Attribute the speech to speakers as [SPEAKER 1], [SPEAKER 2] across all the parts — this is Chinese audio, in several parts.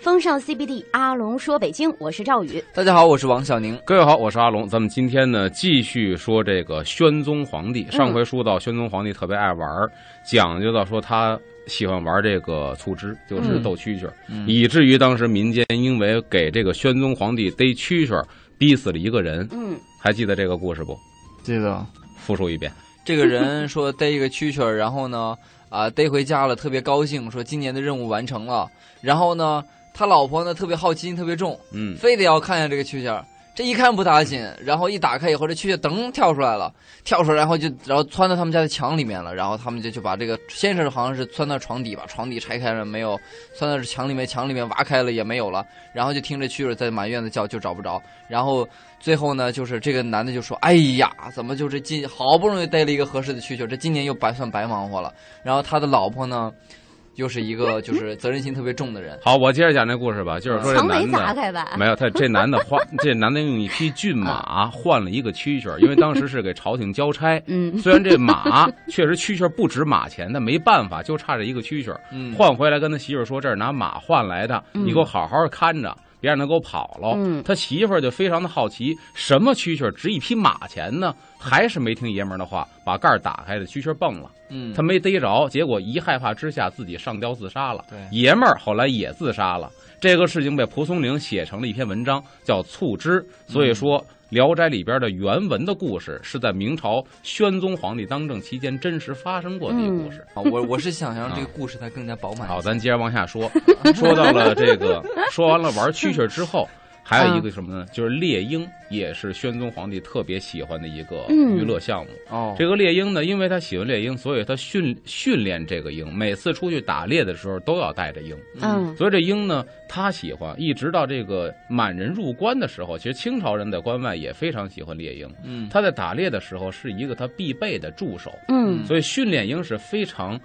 [SPEAKER 1] 风尚 CBD，阿龙说北京，我是赵宇。
[SPEAKER 2] 大家好，我是王小宁。
[SPEAKER 3] 各位好，我是阿龙。咱们今天呢，继续说这个宣宗皇帝。上回说到宣宗皇帝特别爱玩儿，讲究到说他喜欢玩这个蹴鞠，就是斗蛐蛐儿，以至于当时民间因为给这个宣宗皇帝逮蛐蛐儿，逼死了一个人。
[SPEAKER 1] 嗯，
[SPEAKER 3] 还记得这个故事不？
[SPEAKER 2] 记得
[SPEAKER 3] 复述一遍。
[SPEAKER 2] 这个人说逮一个蛐蛐儿，然后呢，啊，逮回家了，特别高兴，说今年的任务完成了。然后呢，他老婆呢特别好奇心特别重，
[SPEAKER 3] 嗯，
[SPEAKER 2] 非得要看一下这个蛐蛐儿。这一看不打紧，然后一打开以后，这蛐蛐噔跳出来了，跳出来，然后就然后窜到他们家的墙里面了，然后他们就就把这个先是好像是窜到床底，把床底拆开了没有，窜到墙里面，墙里面挖开了也没有了，然后就听着蛐蛐在满院子叫，就找不着，然后最后呢，就是这个男的就说：“哎呀，怎么就是今好不容易逮了一个合适的蛐蛐，这今年又白算白忙活了。”然后他的老婆呢，又是一个就是责任心特别重的人，
[SPEAKER 3] 好，我接着讲这故事吧。就是说这
[SPEAKER 1] 墙没
[SPEAKER 3] 男
[SPEAKER 1] 砸
[SPEAKER 3] 的。
[SPEAKER 1] 开吧？
[SPEAKER 3] 没有，他这男的换这男的用一匹骏马换了一个蛐蛐儿，因为当时是给朝廷交差，
[SPEAKER 1] 嗯，
[SPEAKER 3] 虽然这马确实蛐蛐儿不值马钱，但没办法，就差这一个蛐蛐儿。
[SPEAKER 2] 嗯，
[SPEAKER 3] 换回来跟他媳妇儿说：“这是拿马换来的，
[SPEAKER 1] 嗯
[SPEAKER 3] 你给我好好看着，别让他给我跑了。
[SPEAKER 1] 嗯
[SPEAKER 3] 他媳妇儿就非常的好奇，什么蛐蛐儿值一匹马钱呢？还是没听爷们儿的话，把盖儿打开了，蛐蛐儿蹦了，
[SPEAKER 2] 嗯，
[SPEAKER 3] 他没逮着，结果一害怕之下自己上吊自杀了。
[SPEAKER 2] 对
[SPEAKER 3] 爷们儿后来也自杀了。这个事情被蒲松龄写成了一篇文章，叫《促织》。所以说，聊斋》里边的原文的故事是在明朝宣宗皇帝当政期间真实发生过的一个故事。
[SPEAKER 2] 啊，我我是想让这个故事它更加饱满。
[SPEAKER 3] 好，咱接着往下说，说到了这个，说完了玩蛐蛐之后。还有一个什么呢？就是猎鹰，也是宣宗皇帝特别喜欢的一个
[SPEAKER 1] 嗯
[SPEAKER 3] 娱乐项目。
[SPEAKER 2] 哦，
[SPEAKER 3] 这个猎鹰呢，因为他喜欢猎鹰，所以他训训练这个鹰，每次出去打猎的时候都要带着鹰。
[SPEAKER 2] 嗯
[SPEAKER 1] 嗯
[SPEAKER 3] 所以这鹰呢，他喜欢，一直到这个满人入关的时候，其实清朝人在关外也非常喜欢猎鹰。
[SPEAKER 2] 嗯，
[SPEAKER 3] 他在打猎的时候是一个他必备的助手，
[SPEAKER 1] 嗯
[SPEAKER 3] 所以训练鹰是非常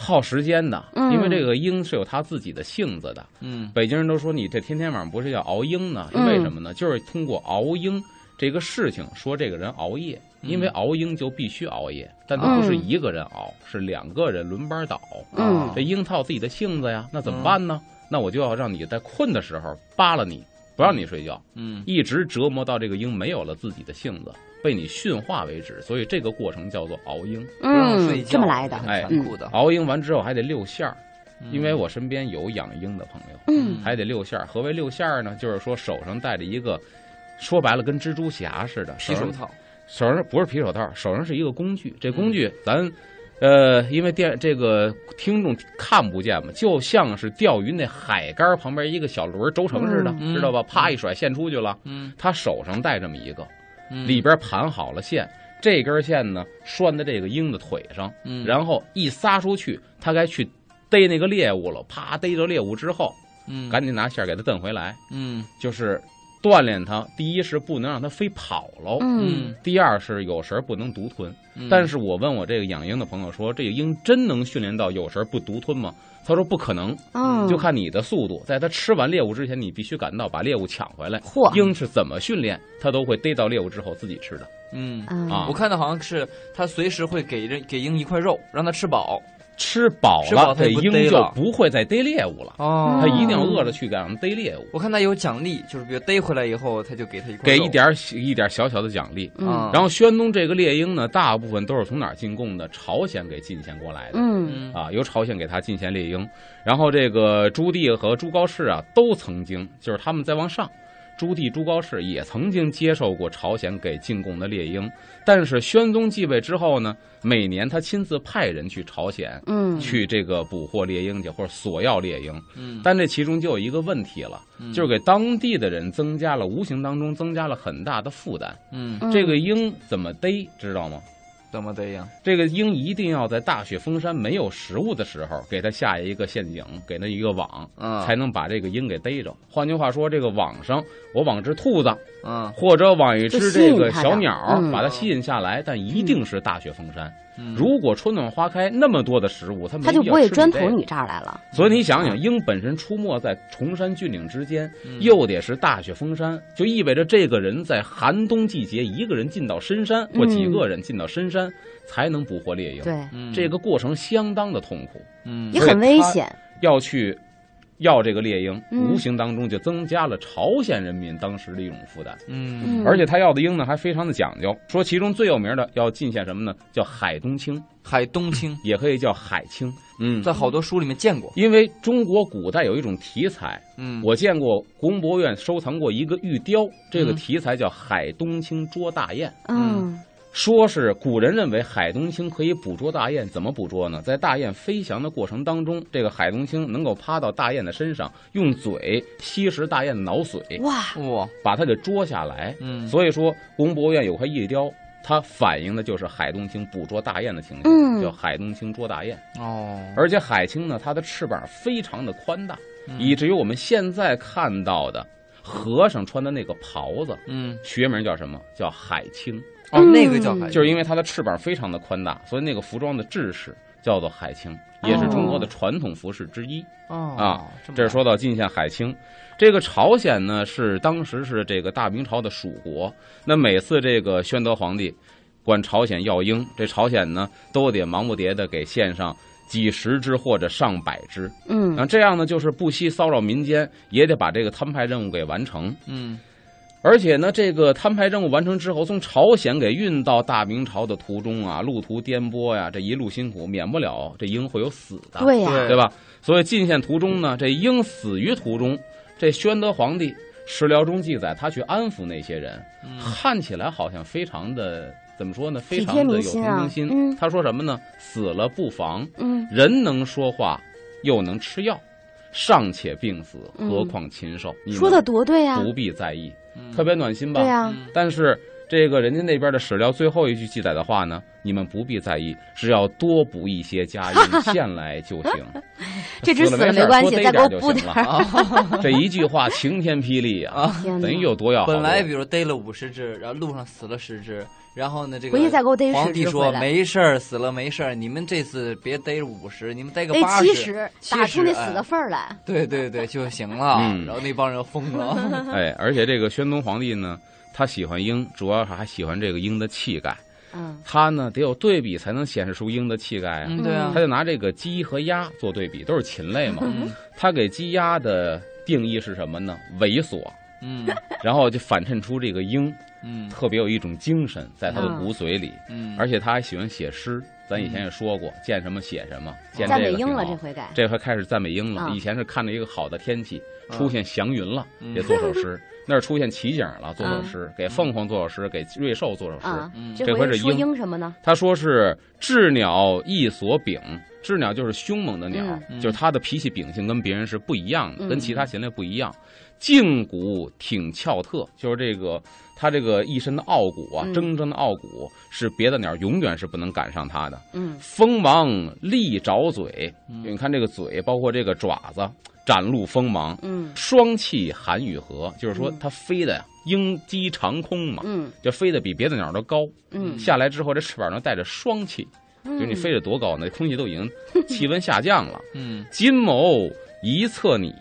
[SPEAKER 3] 耗时间的，
[SPEAKER 1] 嗯
[SPEAKER 3] 因为这个鹰是有它自己的性子的。
[SPEAKER 2] 嗯
[SPEAKER 3] 北京人都说你这天天晚上不睡觉熬鹰呢，是
[SPEAKER 1] 嗯
[SPEAKER 3] 为什么呢？就是通过熬鹰这个事情说这个人熬夜，
[SPEAKER 2] 嗯
[SPEAKER 3] 因为熬鹰就必须熬夜，但他不是
[SPEAKER 1] 嗯
[SPEAKER 3] 一个人熬，是两个人轮班倒。
[SPEAKER 1] 嗯
[SPEAKER 2] 啊
[SPEAKER 3] 这鹰它有自己的性子呀，那怎么办呢？那我就要让你在困的时候扒拉你，不让你睡觉，
[SPEAKER 2] 嗯
[SPEAKER 3] 一直折磨到这个鹰没有了自己的性子，被你驯化为止。所以这个过程叫做熬鹰。
[SPEAKER 2] 不让睡
[SPEAKER 1] 嗯，
[SPEAKER 2] 觉
[SPEAKER 1] 这么来的。
[SPEAKER 2] 很
[SPEAKER 3] 哎
[SPEAKER 2] 残酷的，
[SPEAKER 3] 熬鹰完之后还得遛线儿，
[SPEAKER 2] 嗯
[SPEAKER 3] 因为我身边有养鹰的朋友，
[SPEAKER 1] 嗯
[SPEAKER 3] 还得遛线儿。何为遛线儿呢？就是说手上戴着一个，说白了跟蜘蛛侠似的
[SPEAKER 2] 皮
[SPEAKER 3] 手
[SPEAKER 2] 手
[SPEAKER 3] 上
[SPEAKER 2] 套，
[SPEAKER 3] 手上不是皮手套，手上是一个工具。这
[SPEAKER 2] 嗯
[SPEAKER 3] 工具咱，呃，因为电这个听众看不见嘛，就像是钓鱼那海竿旁边一个小轮儿轴承似的，
[SPEAKER 2] 嗯
[SPEAKER 3] 知道吧？啪一甩线出去了。
[SPEAKER 2] 嗯，
[SPEAKER 3] 他手上带这么一个，
[SPEAKER 2] 嗯
[SPEAKER 3] 里边盘好了线，这根线呢拴在这个鹰的腿上，
[SPEAKER 2] 嗯
[SPEAKER 3] 然后一撒出去，他该去逮那个猎物了。啪，逮着猎物之后，
[SPEAKER 2] 嗯
[SPEAKER 3] 赶紧拿线儿给它蹬回来，
[SPEAKER 2] 嗯
[SPEAKER 3] 就是锻炼它。第一是不能让它飞跑喽。
[SPEAKER 1] 嗯
[SPEAKER 2] 嗯，
[SPEAKER 3] 第二是有时儿不能独吞，
[SPEAKER 2] 嗯
[SPEAKER 3] 但是我问我这个养鹰的朋友说，这个鹰真能训练到有时儿不独吞吗？他说不可能，
[SPEAKER 1] 嗯，
[SPEAKER 3] 就看你的速度，在它吃完猎物之前，你必须赶到把猎物抢回来。
[SPEAKER 1] 嚯
[SPEAKER 3] 鹰是怎么训练，它都会逮到猎物之后自己吃的。
[SPEAKER 2] 嗯
[SPEAKER 1] 啊
[SPEAKER 3] 啊
[SPEAKER 2] 我看到好像是他随时会给人给鹰一块肉，让它吃饱。
[SPEAKER 3] 吃饱
[SPEAKER 2] 吃饱
[SPEAKER 3] 了，
[SPEAKER 2] 它
[SPEAKER 3] 这
[SPEAKER 2] 也不逮
[SPEAKER 3] 鹰就
[SPEAKER 2] 了
[SPEAKER 3] 不会再逮猎物了，
[SPEAKER 2] 哦
[SPEAKER 3] 它一定要饿着去赶上逮猎物，
[SPEAKER 2] 我看他有奖励，就是比如逮回来以后，他就给他一块
[SPEAKER 3] 给
[SPEAKER 2] 肉
[SPEAKER 3] 一点儿一点儿小小的奖励。
[SPEAKER 1] 嗯
[SPEAKER 2] 啊
[SPEAKER 3] 然后宣宗这个猎鹰呢，大部分都是从哪儿进贡的？朝鲜给进献过来的。
[SPEAKER 1] 嗯
[SPEAKER 2] 嗯
[SPEAKER 3] 啊，由朝鲜给他进献猎鹰，然后这个朱棣和朱高炽啊，都曾经就是他们再往上，朱棣、朱高炽也曾经接受过朝鲜给进贡的猎鹰，但是宣宗继位之后呢，每年他亲自派人去朝鲜
[SPEAKER 1] 嗯
[SPEAKER 3] 去这个捕获猎鹰去，或者索要猎鹰，
[SPEAKER 2] 嗯
[SPEAKER 3] 但这其中就有一个问题了，就是给当地的人增加了无形当中增加了很大的负担。
[SPEAKER 2] 嗯
[SPEAKER 1] 嗯
[SPEAKER 3] 这个鹰怎么逮，知道吗？
[SPEAKER 2] 怎么逮呀？
[SPEAKER 3] 这个鹰一定要在大雪封山没有食物的时候，给它下一个陷阱，给它一个网，
[SPEAKER 1] 啊
[SPEAKER 2] 嗯
[SPEAKER 3] 才能把这个鹰给逮着。换句话说，这个网上我网只兔子，
[SPEAKER 2] 嗯
[SPEAKER 3] 或者网一只这个小鸟
[SPEAKER 1] 就吸引它的嗯，嗯
[SPEAKER 3] 把它吸引下来，但一定是大雪封山。
[SPEAKER 2] 嗯
[SPEAKER 3] 如果春暖花开，那么多的食物，它没
[SPEAKER 1] 嗯他就
[SPEAKER 3] 必
[SPEAKER 1] 不
[SPEAKER 3] 要
[SPEAKER 1] 会
[SPEAKER 3] 吃
[SPEAKER 1] 钻
[SPEAKER 3] 你这
[SPEAKER 1] 头
[SPEAKER 3] 个
[SPEAKER 1] 你这儿来了。
[SPEAKER 3] 所以你想想，鹰本身出没在崇山峻岭之间，
[SPEAKER 2] 嗯
[SPEAKER 3] 又得是大雪封山，就意味着这个人在寒冬季节一个人进到深山，或几个人进到深山，才能捕获猎鹰。
[SPEAKER 1] 嗯对，
[SPEAKER 2] 嗯
[SPEAKER 3] 这个过程相当的痛苦，
[SPEAKER 2] 嗯
[SPEAKER 1] 也很危险。
[SPEAKER 3] 要去要这个猎鹰，
[SPEAKER 1] 嗯
[SPEAKER 3] 无形当中就增加了朝鲜人民当时的一种负担。
[SPEAKER 2] 嗯
[SPEAKER 3] 而且他要的鹰呢，还非常的讲究。说其中最有名的要进献什么呢？叫海东青，
[SPEAKER 2] 海东青
[SPEAKER 3] 也可以叫海青。嗯，
[SPEAKER 2] 在好多书里面见过，
[SPEAKER 3] 因为中国古代有一种题材，
[SPEAKER 2] 嗯，
[SPEAKER 3] 我见过故宫博物院收藏过一个玉雕，这个
[SPEAKER 2] 嗯
[SPEAKER 3] 题材叫海东青捉大雁。
[SPEAKER 1] 嗯
[SPEAKER 3] 说是古人认为海东青可以捕捉大雁，怎么捕捉呢？在大雁飞翔的过程当中，这个海东青能够趴到大雁的身上，用嘴吸食大雁的脑髓，
[SPEAKER 1] 哇，
[SPEAKER 2] 哇，
[SPEAKER 3] 把它给捉下来。
[SPEAKER 2] 嗯，
[SPEAKER 3] 所以说，故宫博物院有块玉雕，它反映的就是海东青捕捉大雁的情
[SPEAKER 1] 嗯
[SPEAKER 3] 形，叫海东青捉大雁。
[SPEAKER 2] 哦，
[SPEAKER 3] 而且海青呢，它的翅膀非常的宽大，
[SPEAKER 2] 嗯
[SPEAKER 3] 以至于我们现在看到的和尚穿的那个袍子，
[SPEAKER 2] 嗯，
[SPEAKER 3] 学名叫什么？叫海青。
[SPEAKER 2] 哦，
[SPEAKER 1] 嗯
[SPEAKER 2] 那个叫海，
[SPEAKER 3] 就是因为它的翅膀非常的宽大，所以那个服装的制式叫做海青，也是中国的传统服饰之一。
[SPEAKER 2] 哦
[SPEAKER 3] 啊，
[SPEAKER 2] 么
[SPEAKER 3] 这是说到进献海青，这个朝鲜呢是当时是这个大明朝的属国，那每次这个宣德皇帝管朝鲜要鹰，这朝鲜呢都得忙不迭的给献上。几十只或者上百只，
[SPEAKER 1] 嗯
[SPEAKER 3] 那这样呢，就是不惜骚扰民间，也得把这个摊派任务给完成。
[SPEAKER 2] 嗯
[SPEAKER 3] 而且呢，这个摊牌任务完成之后，从朝鲜给运到大明朝的途中啊，路途颠簸呀、这一路辛苦，免不了这鹰会有死的，
[SPEAKER 1] 对呀，
[SPEAKER 2] 对
[SPEAKER 3] 对吧？所以进献途中呢，这鹰死于途中。这宣德皇帝史料中记载，他去安抚那些人，
[SPEAKER 1] 嗯
[SPEAKER 3] 看起来好像非常的怎么说呢？非常的有
[SPEAKER 1] 体贴民心
[SPEAKER 3] 同
[SPEAKER 1] 啊
[SPEAKER 3] 情心。
[SPEAKER 1] 嗯
[SPEAKER 3] 他说什么呢？死了不防，
[SPEAKER 1] 嗯
[SPEAKER 3] 人能说话，又能吃药，尚且病死，何况禽兽？你
[SPEAKER 1] 嗯
[SPEAKER 3] 们
[SPEAKER 1] 说的多对呀，
[SPEAKER 3] 不必在意，
[SPEAKER 2] 嗯
[SPEAKER 3] 特别暖心吧？
[SPEAKER 1] 对呀，
[SPEAKER 2] 嗯
[SPEAKER 3] 但是这个人家那边的史料最后一句记载的话呢，你们不必在意，只要多捕一些家鹰献来就 行。
[SPEAKER 1] 这只死了
[SPEAKER 3] 没事
[SPEAKER 1] 没
[SPEAKER 3] 儿
[SPEAKER 1] 关系
[SPEAKER 3] 多，
[SPEAKER 1] 再
[SPEAKER 3] 逮
[SPEAKER 1] 给我
[SPEAKER 3] 点儿
[SPEAKER 1] 补
[SPEAKER 3] 就行
[SPEAKER 1] 点儿。
[SPEAKER 3] 了。 这一句话晴天霹雳啊！
[SPEAKER 2] 啊，
[SPEAKER 1] 天哪
[SPEAKER 3] 等于有多要好多
[SPEAKER 2] 本来
[SPEAKER 1] 嗯
[SPEAKER 2] 比如逮了五十只，然后路上死了十只，然后呢这个
[SPEAKER 1] 回去再给我逮
[SPEAKER 2] 皇
[SPEAKER 1] 十
[SPEAKER 2] 帝
[SPEAKER 1] 只
[SPEAKER 2] 说
[SPEAKER 1] 回来，
[SPEAKER 2] 没事儿，死了没事儿，你们这次别逮五十，你们逮个
[SPEAKER 1] 逮
[SPEAKER 2] 八
[SPEAKER 1] 七，十，打出那
[SPEAKER 2] 70
[SPEAKER 3] 哎
[SPEAKER 1] 死的份儿来。
[SPEAKER 2] 对对对就行了。
[SPEAKER 3] 嗯
[SPEAKER 2] 然后那帮人疯了，
[SPEAKER 3] 哎，而且这个宣宗皇帝呢，他喜欢鹰，主要是还喜欢这个鹰的气概。
[SPEAKER 1] 嗯
[SPEAKER 3] 他呢得有对比才能显示出鹰的气概啊。
[SPEAKER 2] 嗯，对啊
[SPEAKER 3] 他，就拿这个鸡和鸭做对比，都是禽类嘛。
[SPEAKER 2] 嗯
[SPEAKER 3] 他给鸡鸭的定义是什么呢？猥琐，
[SPEAKER 2] 嗯
[SPEAKER 3] 然后就反衬出这个鹰
[SPEAKER 2] 嗯
[SPEAKER 3] 特别有一种精神在他的
[SPEAKER 1] 嗯
[SPEAKER 3] 骨髓里，
[SPEAKER 2] 嗯，
[SPEAKER 3] 而且他还喜欢写诗。咱以前也说过，见什么写什么，见
[SPEAKER 1] 赞
[SPEAKER 3] 这
[SPEAKER 1] 美
[SPEAKER 3] 个挺
[SPEAKER 1] 鹰了，这
[SPEAKER 3] 好。
[SPEAKER 1] 回改。
[SPEAKER 3] 这回开始赞美鹰了。
[SPEAKER 1] 嗯
[SPEAKER 3] 以前是看着一个好的天气，
[SPEAKER 2] 嗯
[SPEAKER 3] 出现祥云了，
[SPEAKER 2] 嗯
[SPEAKER 3] 也做首诗； 那儿出现奇景了，做
[SPEAKER 1] 嗯
[SPEAKER 3] 首诗；给凤凰做首诗，给瑞兽做首诗
[SPEAKER 1] 啊。
[SPEAKER 2] 嗯，
[SPEAKER 1] 这
[SPEAKER 3] 这回
[SPEAKER 1] 回
[SPEAKER 3] 是
[SPEAKER 1] 说
[SPEAKER 3] 鹰
[SPEAKER 1] 鹰什么呢？
[SPEAKER 3] 他说是鸷鸟一所秉，鸷鸟就是凶猛的鸟，
[SPEAKER 2] 嗯
[SPEAKER 3] 就是它的脾气秉性跟别人是不一样的，
[SPEAKER 1] 嗯
[SPEAKER 3] 跟其他禽类不一样。胫骨挺翘特，就是这个它这个一身的傲骨啊，
[SPEAKER 1] 嗯
[SPEAKER 3] 铮铮的傲骨是别的鸟永远是不能赶上它的。
[SPEAKER 1] 嗯，
[SPEAKER 3] 锋芒利爪嘴，
[SPEAKER 2] 嗯
[SPEAKER 3] 你看这个嘴，包括这个爪子，展露锋芒。
[SPEAKER 1] 嗯
[SPEAKER 3] 双气含与合，就是说
[SPEAKER 1] 嗯
[SPEAKER 3] 它飞的呀，鹰击长空嘛，
[SPEAKER 1] 嗯
[SPEAKER 3] 就飞得比别的鸟都高。
[SPEAKER 1] 嗯
[SPEAKER 3] 下来之后，这翅膀上带着霜气，
[SPEAKER 1] 嗯，
[SPEAKER 3] 就是你飞得多高呢，空气都已经 气温下降了。
[SPEAKER 2] 嗯
[SPEAKER 3] 金某一侧你，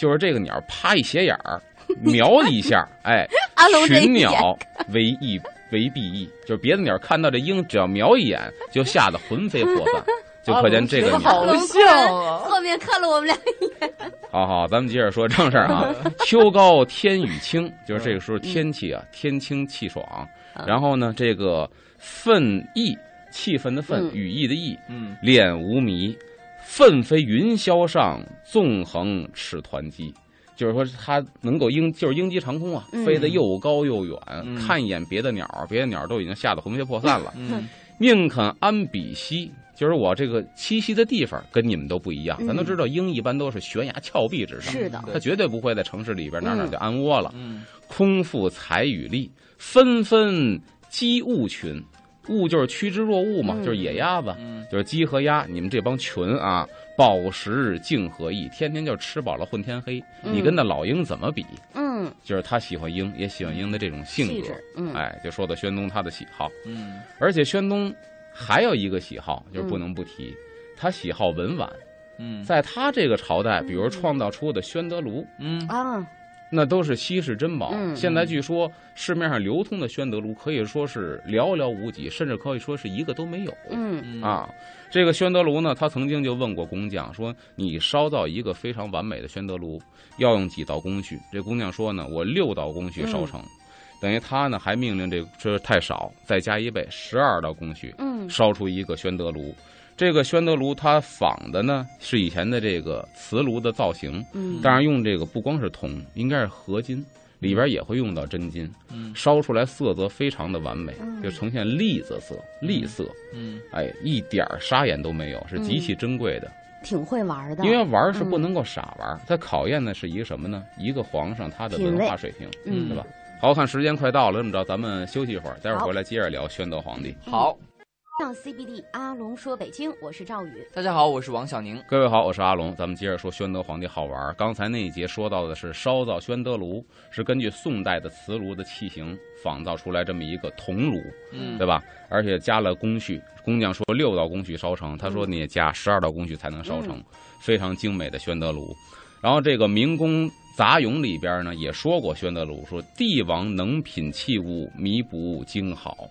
[SPEAKER 3] 就是这个鸟，啪一斜眼 儿，瞄一下，哎，
[SPEAKER 1] 安龙这
[SPEAKER 3] 群
[SPEAKER 1] 一点
[SPEAKER 3] 鸟为翼为必翼，就是别的鸟看到这鹰，只要瞄一眼就吓得魂飞魄 散，就可见这个
[SPEAKER 2] 啊
[SPEAKER 3] 鸟。
[SPEAKER 2] 好像啊，
[SPEAKER 1] 侧面看了我们
[SPEAKER 3] 嗯
[SPEAKER 1] 俩，
[SPEAKER 3] 好好，咱们接着说正事儿 啊。秋高天雨清，就是这个时候天气啊，天清气爽。
[SPEAKER 1] 嗯
[SPEAKER 3] 然后呢，这个愤意，气愤的愤，
[SPEAKER 1] 嗯
[SPEAKER 3] 羽翼的翼，
[SPEAKER 2] 嗯
[SPEAKER 3] 脸无迷，奋飞云霄上，纵横尺团击。就是说，它能够鹰，就是鹰击长空啊，
[SPEAKER 1] 嗯
[SPEAKER 3] 飞得又高又远。
[SPEAKER 2] 嗯
[SPEAKER 3] 看一眼别的鸟儿，别的鸟儿都已经吓得魂飞魄散了。
[SPEAKER 2] 嗯
[SPEAKER 3] 宁肯安比西，就是我这个栖息的地方跟你们都不一样。
[SPEAKER 1] 嗯
[SPEAKER 3] 咱都知道，鹰一般都是悬崖峭壁之 上，
[SPEAKER 1] 是的
[SPEAKER 3] 它绝对不会在城市里边哪哪就安窝了。
[SPEAKER 2] 嗯
[SPEAKER 3] 空腹财与利，纷纷鸡物群，物就是趋之若鹜嘛，
[SPEAKER 1] 嗯
[SPEAKER 3] 就是野鸭子，
[SPEAKER 2] 嗯
[SPEAKER 3] 就是鸡和鸭。你们这帮群啊，饱食竟何益？天天就吃饱了混天黑。
[SPEAKER 1] 嗯
[SPEAKER 3] 你跟那老鹰怎么比？
[SPEAKER 1] 嗯，
[SPEAKER 3] 就是他喜欢鹰，也喜欢鹰的这种性
[SPEAKER 1] 气
[SPEAKER 3] 格。
[SPEAKER 1] 质，嗯，
[SPEAKER 3] 哎，就说到宣宗他的喜好。
[SPEAKER 2] 嗯
[SPEAKER 3] 而且宣东还有一个喜好，就是不
[SPEAKER 1] 嗯
[SPEAKER 3] 能不提，他喜好文玩。
[SPEAKER 2] 嗯
[SPEAKER 3] 在他这个朝代，比如
[SPEAKER 1] 嗯
[SPEAKER 3] 创造出的宣德炉，
[SPEAKER 2] 嗯
[SPEAKER 1] 啊，
[SPEAKER 3] 那都是稀世珍宝。
[SPEAKER 1] 嗯
[SPEAKER 3] 现在据说市面上流通的宣德炉可以说是寥寥无几，甚至可以说是一个都没有。
[SPEAKER 1] 嗯
[SPEAKER 3] 啊，这个宣德炉呢，他曾经就问过工匠说：“你烧造一个非常完美的宣德炉，要用几道工序？”这工匠说呢：“我六道工序烧
[SPEAKER 1] 嗯
[SPEAKER 3] 成。等于他呢还命令这这太少，再加一倍，十二道工序
[SPEAKER 1] 嗯
[SPEAKER 3] 烧出一个宣德炉。这个宣德炉它仿的呢是以前的这个瓷炉的造型，
[SPEAKER 1] 嗯
[SPEAKER 3] 当然用这个不光是铜，应该是合金，里边也会用到真金，
[SPEAKER 2] 嗯
[SPEAKER 3] 烧出来色泽非常的完美，
[SPEAKER 1] 嗯
[SPEAKER 3] 就呈现栗子色，栗色。
[SPEAKER 2] 嗯
[SPEAKER 3] 哎，一点儿沙眼都没有，是极其珍贵的。
[SPEAKER 1] 挺会玩嗯的，嗯
[SPEAKER 3] 因为玩儿是不能够傻玩儿，它考验的是一个什么呢？一个皇上他的
[SPEAKER 1] 品
[SPEAKER 3] 文
[SPEAKER 1] 味
[SPEAKER 3] 化水平，
[SPEAKER 1] 嗯
[SPEAKER 3] 对吧？好，看时间快到了，这么着，咱们休息一会儿，待会儿
[SPEAKER 1] 好
[SPEAKER 3] 回来接着聊宣德皇帝。
[SPEAKER 2] 嗯好，
[SPEAKER 1] 上 CBD 阿龙说北京，我是赵宇，
[SPEAKER 2] 大家好，我是王小宁。
[SPEAKER 3] 各位好，我是阿龙，咱们接着说宣德皇帝好玩儿。刚才那一节说到的是烧造宣德炉，是根据宋代的瓷炉的器型仿造出来这么一个铜炉，
[SPEAKER 2] 嗯
[SPEAKER 3] 对吧？而且加了工序，工匠说六道工序烧成，他说你也加十二道工序才能烧成，非常精美的宣德炉。然后这个明宫杂咏里边呢也说过宣德炉，说帝王能品器物，弥补精好，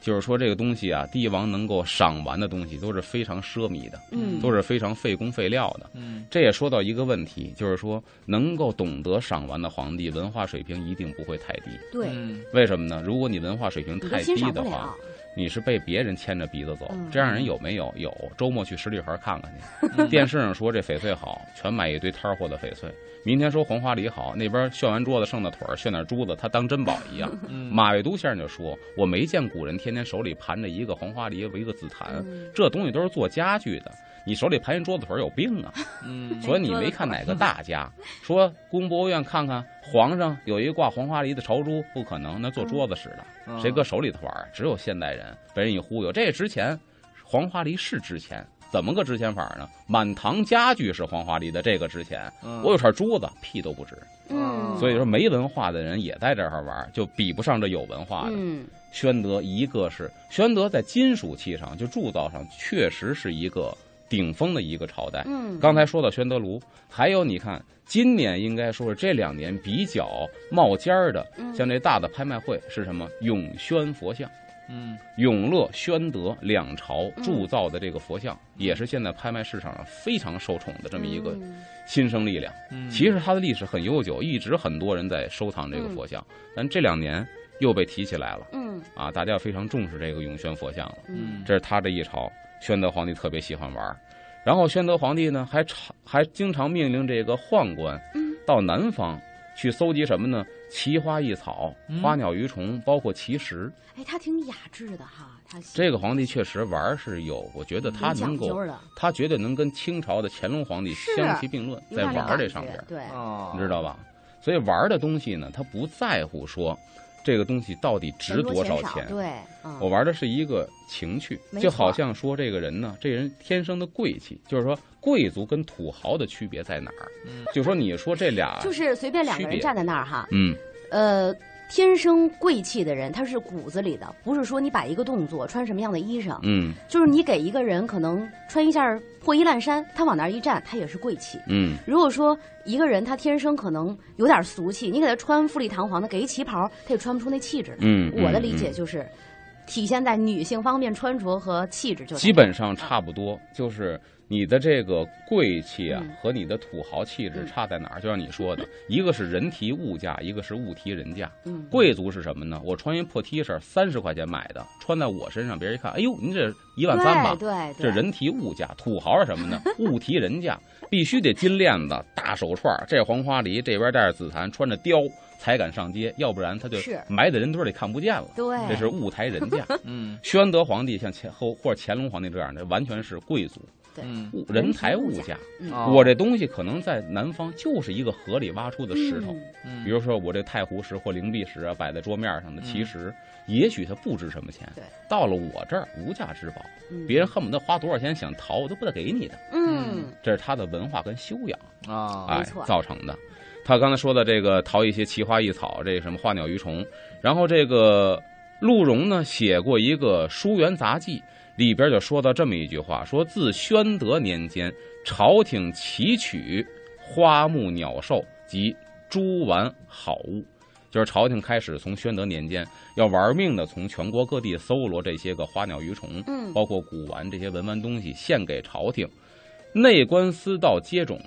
[SPEAKER 3] 就是说这个东西啊，帝王能够赏玩的东西都是非常奢靡的，
[SPEAKER 1] 嗯
[SPEAKER 3] 都是非常费工费料的。
[SPEAKER 2] 嗯
[SPEAKER 3] 这也说到一个问题，就是说能够懂得赏玩的皇帝，文化水平一定不会太低。
[SPEAKER 1] 对，
[SPEAKER 2] 嗯
[SPEAKER 3] 为什么呢？如果你文化水平
[SPEAKER 1] 你都
[SPEAKER 3] 太
[SPEAKER 1] 欣
[SPEAKER 3] 低
[SPEAKER 1] 赏
[SPEAKER 3] 的
[SPEAKER 1] 不
[SPEAKER 3] 话
[SPEAKER 1] 了，，
[SPEAKER 3] 你是被别人牵着鼻子走，
[SPEAKER 1] 嗯
[SPEAKER 3] 这样人有没有？有，周末去十里河看看去。
[SPEAKER 2] 嗯
[SPEAKER 3] 电视上说这翡翠好，全买一堆摊儿货的翡翠。明天说黄花梨好，那边炫完桌子剩的腿儿，炫点珠子，他当珍宝一 样。
[SPEAKER 2] 嗯
[SPEAKER 3] 马未都先生就说：“我没见古人天天手里盘着一个黄花梨，围个紫檀，
[SPEAKER 1] 嗯
[SPEAKER 3] 这东西都是做家具的。你手里盘一桌子腿儿有 病啊！
[SPEAKER 2] 嗯
[SPEAKER 3] 所以你没看哪个大家说宫博物院看看，皇上有一个挂黄花梨的朝珠，不可能，那做桌子使的。”
[SPEAKER 2] 嗯
[SPEAKER 3] 谁搁手里头玩儿？只有现代人被人一忽悠，这值钱。黄花梨是值钱，怎么个值钱法呢？满堂家具是黄花梨的，这个值钱。
[SPEAKER 2] 嗯
[SPEAKER 3] 我有串珠子，屁都不值。
[SPEAKER 1] 嗯，
[SPEAKER 3] 呃所以说，没文化的人也在这儿玩儿，就比不上这有文化的。
[SPEAKER 1] 嗯
[SPEAKER 3] 宣德一个是宣德在金属器上，就铸造上确实是一个顶峰的一个朝代。
[SPEAKER 1] 嗯，
[SPEAKER 3] 刚才说到宣德炉，还有你看，今年应该说是这两年比较冒尖儿的，
[SPEAKER 1] 嗯
[SPEAKER 3] 像这大的拍卖会是什么？永宣佛像。
[SPEAKER 2] 嗯
[SPEAKER 3] 永乐、宣德两朝
[SPEAKER 1] 嗯
[SPEAKER 3] 铸造的这个佛像，也是现在拍卖市场上非常受宠的这么一个
[SPEAKER 1] 嗯
[SPEAKER 3] 新生力量。
[SPEAKER 2] 嗯，
[SPEAKER 3] 其实它的历史很悠久，一直很多人在收藏这个佛像，但这两年又被提起来了
[SPEAKER 1] 嗯
[SPEAKER 3] 啊，大家非常重视这个永宣佛像了。
[SPEAKER 1] 嗯
[SPEAKER 2] 嗯
[SPEAKER 3] 这是他这一朝，宣德皇帝特别喜欢玩儿。然后宣德皇帝呢，还常还经常命令这个宦官
[SPEAKER 1] 嗯
[SPEAKER 3] 到南方去搜集什么呢？奇花异草、花鸟鱼虫，包括奇石。
[SPEAKER 1] 哎，他挺雅致的哈，他
[SPEAKER 3] 这个皇帝确实玩儿是有，我觉得
[SPEAKER 2] 嗯
[SPEAKER 3] 他
[SPEAKER 1] 挺讲
[SPEAKER 3] 能
[SPEAKER 1] 究
[SPEAKER 3] 够，
[SPEAKER 1] 的，
[SPEAKER 3] 他绝对能跟清朝的乾隆皇帝
[SPEAKER 1] 是啊
[SPEAKER 3] 相提并论，
[SPEAKER 1] 有
[SPEAKER 3] 在
[SPEAKER 1] 点
[SPEAKER 3] 玩
[SPEAKER 1] 那
[SPEAKER 3] 儿这
[SPEAKER 1] 感
[SPEAKER 3] 上
[SPEAKER 1] 觉
[SPEAKER 3] 边儿，
[SPEAKER 1] 对，
[SPEAKER 2] 哦
[SPEAKER 3] 你知道吧？所以玩儿的东西呢，他不在乎说这个东西到底值
[SPEAKER 1] 钱多
[SPEAKER 3] 多少
[SPEAKER 1] 钱
[SPEAKER 3] 钱哦
[SPEAKER 1] 少，对，嗯
[SPEAKER 3] 我玩的是一个情趣
[SPEAKER 1] 没，
[SPEAKER 3] 就
[SPEAKER 1] 错
[SPEAKER 3] 好像说这个人呢，这人天生的贵气，就是说贵族跟土豪的区别在哪儿？
[SPEAKER 2] 嗯
[SPEAKER 3] 就说你说这俩，
[SPEAKER 1] 就是随便两个
[SPEAKER 3] 啊区
[SPEAKER 1] 人
[SPEAKER 3] 别
[SPEAKER 1] 站在那儿哈，
[SPEAKER 3] 嗯，
[SPEAKER 1] 呃，天生贵气的人，他是骨子里的，不是说你摆一个动作，穿什么样的衣裳，
[SPEAKER 3] 嗯
[SPEAKER 1] 就是你给一个人可能穿一件儿破衣烂衫，他往那儿一站，他也是贵气。
[SPEAKER 3] 嗯
[SPEAKER 1] 如果说一个人他天生可能有点俗气，你给他穿富丽堂皇的，给一旗袍，他也穿不出那气质来。
[SPEAKER 3] 嗯，嗯
[SPEAKER 1] 我的理解
[SPEAKER 3] 嗯
[SPEAKER 1] 就是，体现在女性方面穿着和气质就
[SPEAKER 3] 基本上差不多，就是你的这个贵气啊
[SPEAKER 1] 嗯
[SPEAKER 3] 和你的土豪气质
[SPEAKER 1] 嗯
[SPEAKER 3] 差在哪儿？就像你说的，一个是人提物价，一个是物提人价。
[SPEAKER 1] 嗯
[SPEAKER 3] 贵族是什么呢？我穿一破 T 恤，三十块钱买的，穿在我身上，别人一看，哎呦，你这一万三吧
[SPEAKER 1] 对？对
[SPEAKER 3] 这
[SPEAKER 1] 对，
[SPEAKER 3] 人提物价，土豪是 什么呢？物提人价，必须得金链子、大手串儿，这黄花梨，这边带着紫檀，穿着貂才敢上街，要不然他就是埋在人堆里看不见了。
[SPEAKER 1] 对
[SPEAKER 3] 这是物抬人 价。
[SPEAKER 2] 嗯
[SPEAKER 3] 宣德皇帝像乾后或者乾隆皇帝这样的，完全是贵族，
[SPEAKER 2] 嗯
[SPEAKER 3] 物
[SPEAKER 1] 人
[SPEAKER 3] 人
[SPEAKER 1] 提
[SPEAKER 3] 抬
[SPEAKER 1] 物
[SPEAKER 3] 物
[SPEAKER 1] 价
[SPEAKER 3] 价。
[SPEAKER 2] 哦
[SPEAKER 3] 嗯我这东西可能在南方就是一个河里挖出的石头，
[SPEAKER 1] 嗯
[SPEAKER 2] 嗯
[SPEAKER 3] 比如说我这太湖石或灵璧石啊，摆在桌面上
[SPEAKER 2] 嗯
[SPEAKER 3] 的奇石，也许它不值什么钱
[SPEAKER 1] 对，
[SPEAKER 3] 到了我这儿无价之宝，
[SPEAKER 1] 嗯
[SPEAKER 3] 别人恨不得花多少钱想淘，我都不带给你的。
[SPEAKER 1] 嗯
[SPEAKER 3] 这是他的文化跟修养
[SPEAKER 1] 哦
[SPEAKER 2] 啊
[SPEAKER 1] 没
[SPEAKER 3] 哎
[SPEAKER 1] 错
[SPEAKER 3] 造成的。他刚才说的这个淘一些奇花异草，这什么花鸟鱼虫，然后这个陆荣呢写过一个《书园杂记》，里边就说到这么一句话：说自宣德年间，朝廷奇取花木鸟兽及诛完好物。就是朝廷开始从宣德年间要玩命的从全国各地搜罗这些个花鸟鱼虫，
[SPEAKER 1] 嗯
[SPEAKER 3] 包括古玩这些文玩东西献给朝廷。内官司道接种，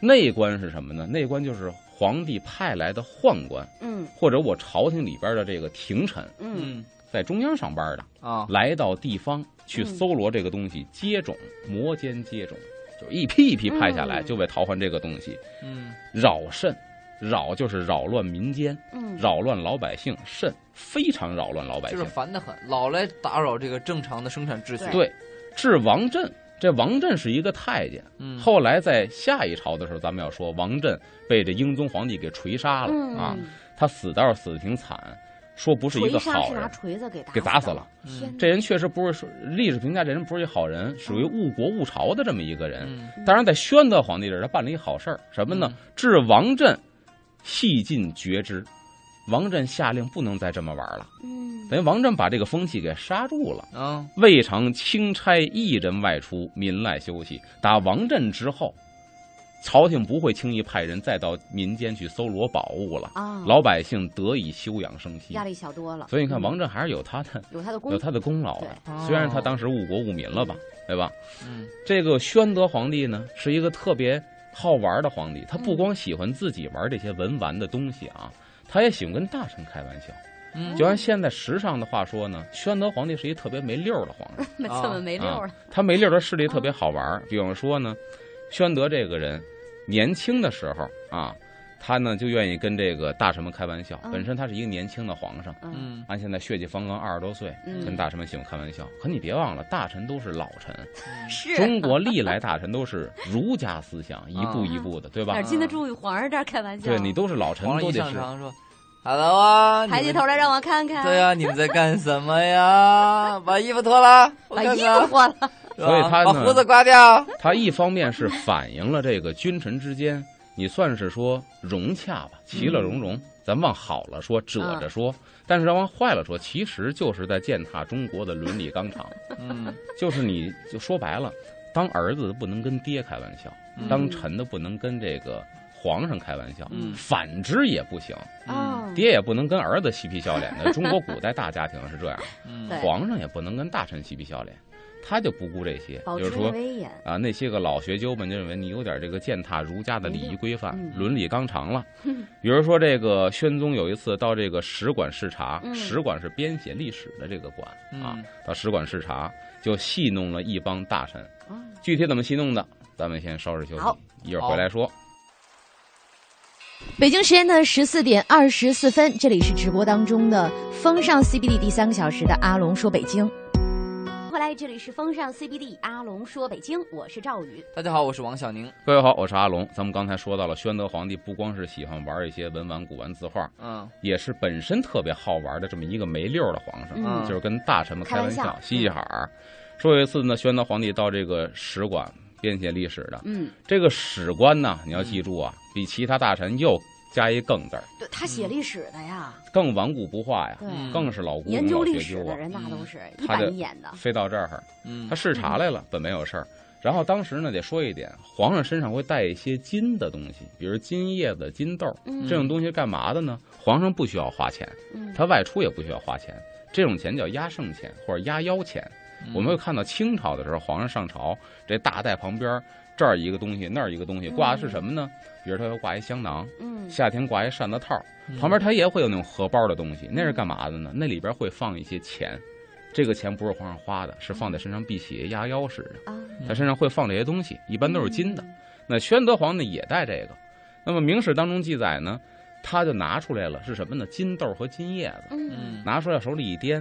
[SPEAKER 3] 内官是什么呢？内官就是皇帝派来的宦官，
[SPEAKER 1] 嗯
[SPEAKER 3] 或者我朝廷里边的这个廷臣，
[SPEAKER 1] 嗯
[SPEAKER 2] 嗯
[SPEAKER 3] 在中央上班的，
[SPEAKER 2] 啊，
[SPEAKER 3] 来到地方去
[SPEAKER 1] 哦嗯
[SPEAKER 3] 搜罗这个东西，接种摩肩接种，就一批一批派下来，
[SPEAKER 1] 嗯
[SPEAKER 3] 就为讨还这个东西。
[SPEAKER 2] 嗯
[SPEAKER 3] 扰甚，扰就是扰乱民间，
[SPEAKER 1] 嗯，
[SPEAKER 3] 扰乱老百姓，甚非常扰乱老百
[SPEAKER 2] 就是
[SPEAKER 3] 姓。
[SPEAKER 2] 烦得很，老来打扰这个正常的生产秩序。
[SPEAKER 1] 对
[SPEAKER 3] 对，至王振，这王振是一个太监，
[SPEAKER 2] 嗯，
[SPEAKER 3] 后来在下一朝的时候，咱们要说王振被这英宗皇帝给锤杀了、
[SPEAKER 1] 嗯
[SPEAKER 3] 啊，，他死倒是死的挺惨，说不是一
[SPEAKER 1] 锤
[SPEAKER 3] 个
[SPEAKER 1] 杀
[SPEAKER 3] 好
[SPEAKER 1] 是拿
[SPEAKER 3] 人，
[SPEAKER 1] 锤子给打
[SPEAKER 3] 给
[SPEAKER 1] 打
[SPEAKER 3] 打死了。。
[SPEAKER 2] 嗯
[SPEAKER 1] 天
[SPEAKER 3] 这人确实不是说历史评价，这人不是一好人，属于误国误朝的这么一个人。
[SPEAKER 2] 嗯
[SPEAKER 3] 当然，在宣德皇帝这儿，他办了一好事儿，什么呢？治王振，细尽觉知。王振下令不能再这么玩了，
[SPEAKER 1] 嗯
[SPEAKER 3] 等于王振把这个风气给刹住了。
[SPEAKER 2] 啊，
[SPEAKER 3] 未尝钦差一人外出，民赖休息。打王振之后，朝廷不会轻易派人再到民间去搜罗宝物了，
[SPEAKER 1] 啊，
[SPEAKER 3] 老百姓得以休养生息
[SPEAKER 1] 压。力小多了。
[SPEAKER 3] 所以你看，
[SPEAKER 1] 嗯
[SPEAKER 3] 王振还是有他的
[SPEAKER 1] 有他的功
[SPEAKER 3] 有，他的功劳的。
[SPEAKER 1] 对哦
[SPEAKER 3] 虽然他当时误国误民了吧，对吧？
[SPEAKER 2] 嗯
[SPEAKER 3] 这个宣德皇帝呢，是一个特别好玩的皇帝，他不光喜欢自己玩这些文玩的东西啊，
[SPEAKER 1] 嗯
[SPEAKER 3] 他也喜欢跟大臣开玩笑。
[SPEAKER 2] 嗯
[SPEAKER 3] 就按现在时尚的话说呢，宣德皇帝是一特别没溜儿的皇上，
[SPEAKER 1] 没怎么没溜了。
[SPEAKER 3] 啊他没溜儿的事例特别好玩儿。比方说呢，宣德这个人，年轻的时候啊，他呢就愿意跟这个大臣们开玩笑。
[SPEAKER 1] 嗯
[SPEAKER 3] 本身他是一个年轻的皇上，
[SPEAKER 1] 嗯
[SPEAKER 2] 嗯
[SPEAKER 3] 按现在血气方刚，二十多岁，跟
[SPEAKER 1] 嗯，
[SPEAKER 3] 大臣们喜欢开玩笑。可你别忘了，大臣都是老臣，
[SPEAKER 2] 嗯
[SPEAKER 1] 是
[SPEAKER 3] 中国历来大臣都是儒家思想，一
[SPEAKER 1] 哦
[SPEAKER 3] 步一步的，对
[SPEAKER 1] 哪
[SPEAKER 3] 吧
[SPEAKER 1] 儿？经得住皇上这儿开玩笑？
[SPEAKER 3] 啊对你都是老臣，
[SPEAKER 2] 皇上
[SPEAKER 3] 都
[SPEAKER 2] 一
[SPEAKER 3] 得
[SPEAKER 2] 上
[SPEAKER 3] 是。
[SPEAKER 2] 场说：“Hello 啊，
[SPEAKER 1] 抬起头来让我看看。
[SPEAKER 3] 啊
[SPEAKER 2] 对啊呀、你们在干什么呀？把衣服脱了，我
[SPEAKER 1] 把
[SPEAKER 2] 看
[SPEAKER 1] 衣
[SPEAKER 2] 看
[SPEAKER 1] 服脱了。
[SPEAKER 2] 是吧
[SPEAKER 3] 所以他
[SPEAKER 2] 把
[SPEAKER 3] 呢
[SPEAKER 2] 胡子刮掉。
[SPEAKER 3] 他一方面是反映了这个君臣之间，你算是说融洽吧，其乐融
[SPEAKER 1] 嗯
[SPEAKER 3] 融。咱往好了说，褶着
[SPEAKER 1] 啊
[SPEAKER 3] 说，但是要往坏了说，其实就是在践踏中国的伦理纲常。
[SPEAKER 2] 嗯
[SPEAKER 3] 就是你就说白了，当儿子的不能跟爹开玩笑，
[SPEAKER 2] 嗯
[SPEAKER 3] 当臣的不能跟这个皇上开玩笑，
[SPEAKER 2] 嗯
[SPEAKER 3] 反之也不行。
[SPEAKER 2] 嗯
[SPEAKER 1] 哦，
[SPEAKER 3] 爹也不能跟儿子嬉皮笑脸 的。中国古代大家庭是这样，
[SPEAKER 2] 嗯
[SPEAKER 1] 对
[SPEAKER 3] 皇上也不能跟大臣嬉皮笑脸，他就不顾这些，
[SPEAKER 1] 保
[SPEAKER 3] 就
[SPEAKER 1] 持
[SPEAKER 3] 是说
[SPEAKER 1] 威严。
[SPEAKER 3] 啊，那些个老学究们就认为你有点这个践踏儒家的礼仪规范、
[SPEAKER 1] 嗯
[SPEAKER 3] 伦理纲常了。比如说这个宣宗有一次到这个使馆视察，
[SPEAKER 1] 嗯
[SPEAKER 3] 使馆是编写历史的这个馆、啊
[SPEAKER 2] 嗯，
[SPEAKER 3] 到使馆视察就戏弄了一帮大臣，
[SPEAKER 1] 嗯
[SPEAKER 3] 具体怎么戏弄的，咱们先稍事休息
[SPEAKER 1] 好，
[SPEAKER 3] 一会儿回来说。
[SPEAKER 4] 北京时间的十四点二十四分，这里是直播当中的风尚 CBD 第三个小时的阿龙说北京。
[SPEAKER 1] 回来，这里是风尚 CBD，阿龙说北京，我是赵宇。
[SPEAKER 2] 大家好，我是王小宁。
[SPEAKER 3] 各位好，我是阿龙。咱们刚才说到了，宣德皇帝不光是喜欢玩一些文玩、古玩、字画，
[SPEAKER 2] 嗯
[SPEAKER 3] 也是本身特别好玩的这么一个没溜儿的皇上，
[SPEAKER 1] 嗯
[SPEAKER 3] 就是跟大臣们开玩
[SPEAKER 1] 开玩
[SPEAKER 3] 笑
[SPEAKER 1] 笑、
[SPEAKER 3] 嘻嘻哈哈。说有一次呢，宣德皇帝到这个史馆编写历史的，
[SPEAKER 1] 嗯，
[SPEAKER 3] 这个史官呢，你要记住啊，比其他大臣又加一更字儿，
[SPEAKER 1] 对他
[SPEAKER 3] 嗯
[SPEAKER 1] 写历史的呀，
[SPEAKER 3] 更顽固不化呀，
[SPEAKER 1] 对，
[SPEAKER 2] 嗯
[SPEAKER 3] 更是老古
[SPEAKER 1] 研
[SPEAKER 3] 董
[SPEAKER 1] 究
[SPEAKER 3] 老
[SPEAKER 1] 历
[SPEAKER 3] 学
[SPEAKER 1] 史
[SPEAKER 3] 究啊
[SPEAKER 1] 的。人啊那都是一
[SPEAKER 3] 他的
[SPEAKER 1] 板一眼的。
[SPEAKER 3] 飞到这儿，
[SPEAKER 2] 嗯
[SPEAKER 3] 他视察来了，本没有事儿。然后当时呢，得说一点，皇上身上会带一些金的东西，比如金叶子、金豆儿
[SPEAKER 1] 嗯
[SPEAKER 3] 这种东西，干嘛的呢？皇上不需要花钱，
[SPEAKER 1] 嗯，
[SPEAKER 3] 他外出也不需要花钱，这种钱叫压胜钱或者压腰钱。
[SPEAKER 2] 嗯
[SPEAKER 3] 我们会看到清朝的时候，皇上上朝，这大带旁边这儿一个东西，那儿一个东西，挂的是什么呢？比如他要挂一香囊，
[SPEAKER 1] 嗯
[SPEAKER 3] 夏天挂一扇子套，
[SPEAKER 2] 嗯
[SPEAKER 3] 旁边他也会有那种荷包的东西，那是干嘛的呢？那里边会放一些钱，这个钱不是皇上花的，是放在身上辟邪压腰使的。
[SPEAKER 1] 啊，
[SPEAKER 3] 他身上会放这些东西，一般都是金
[SPEAKER 1] 嗯
[SPEAKER 3] 的。那宣德皇呢也带这个，那么《明史》当中记载呢，他就拿出来了，是什么呢？金豆和金叶子，
[SPEAKER 1] 嗯
[SPEAKER 2] 嗯
[SPEAKER 3] 拿出来手里一掂。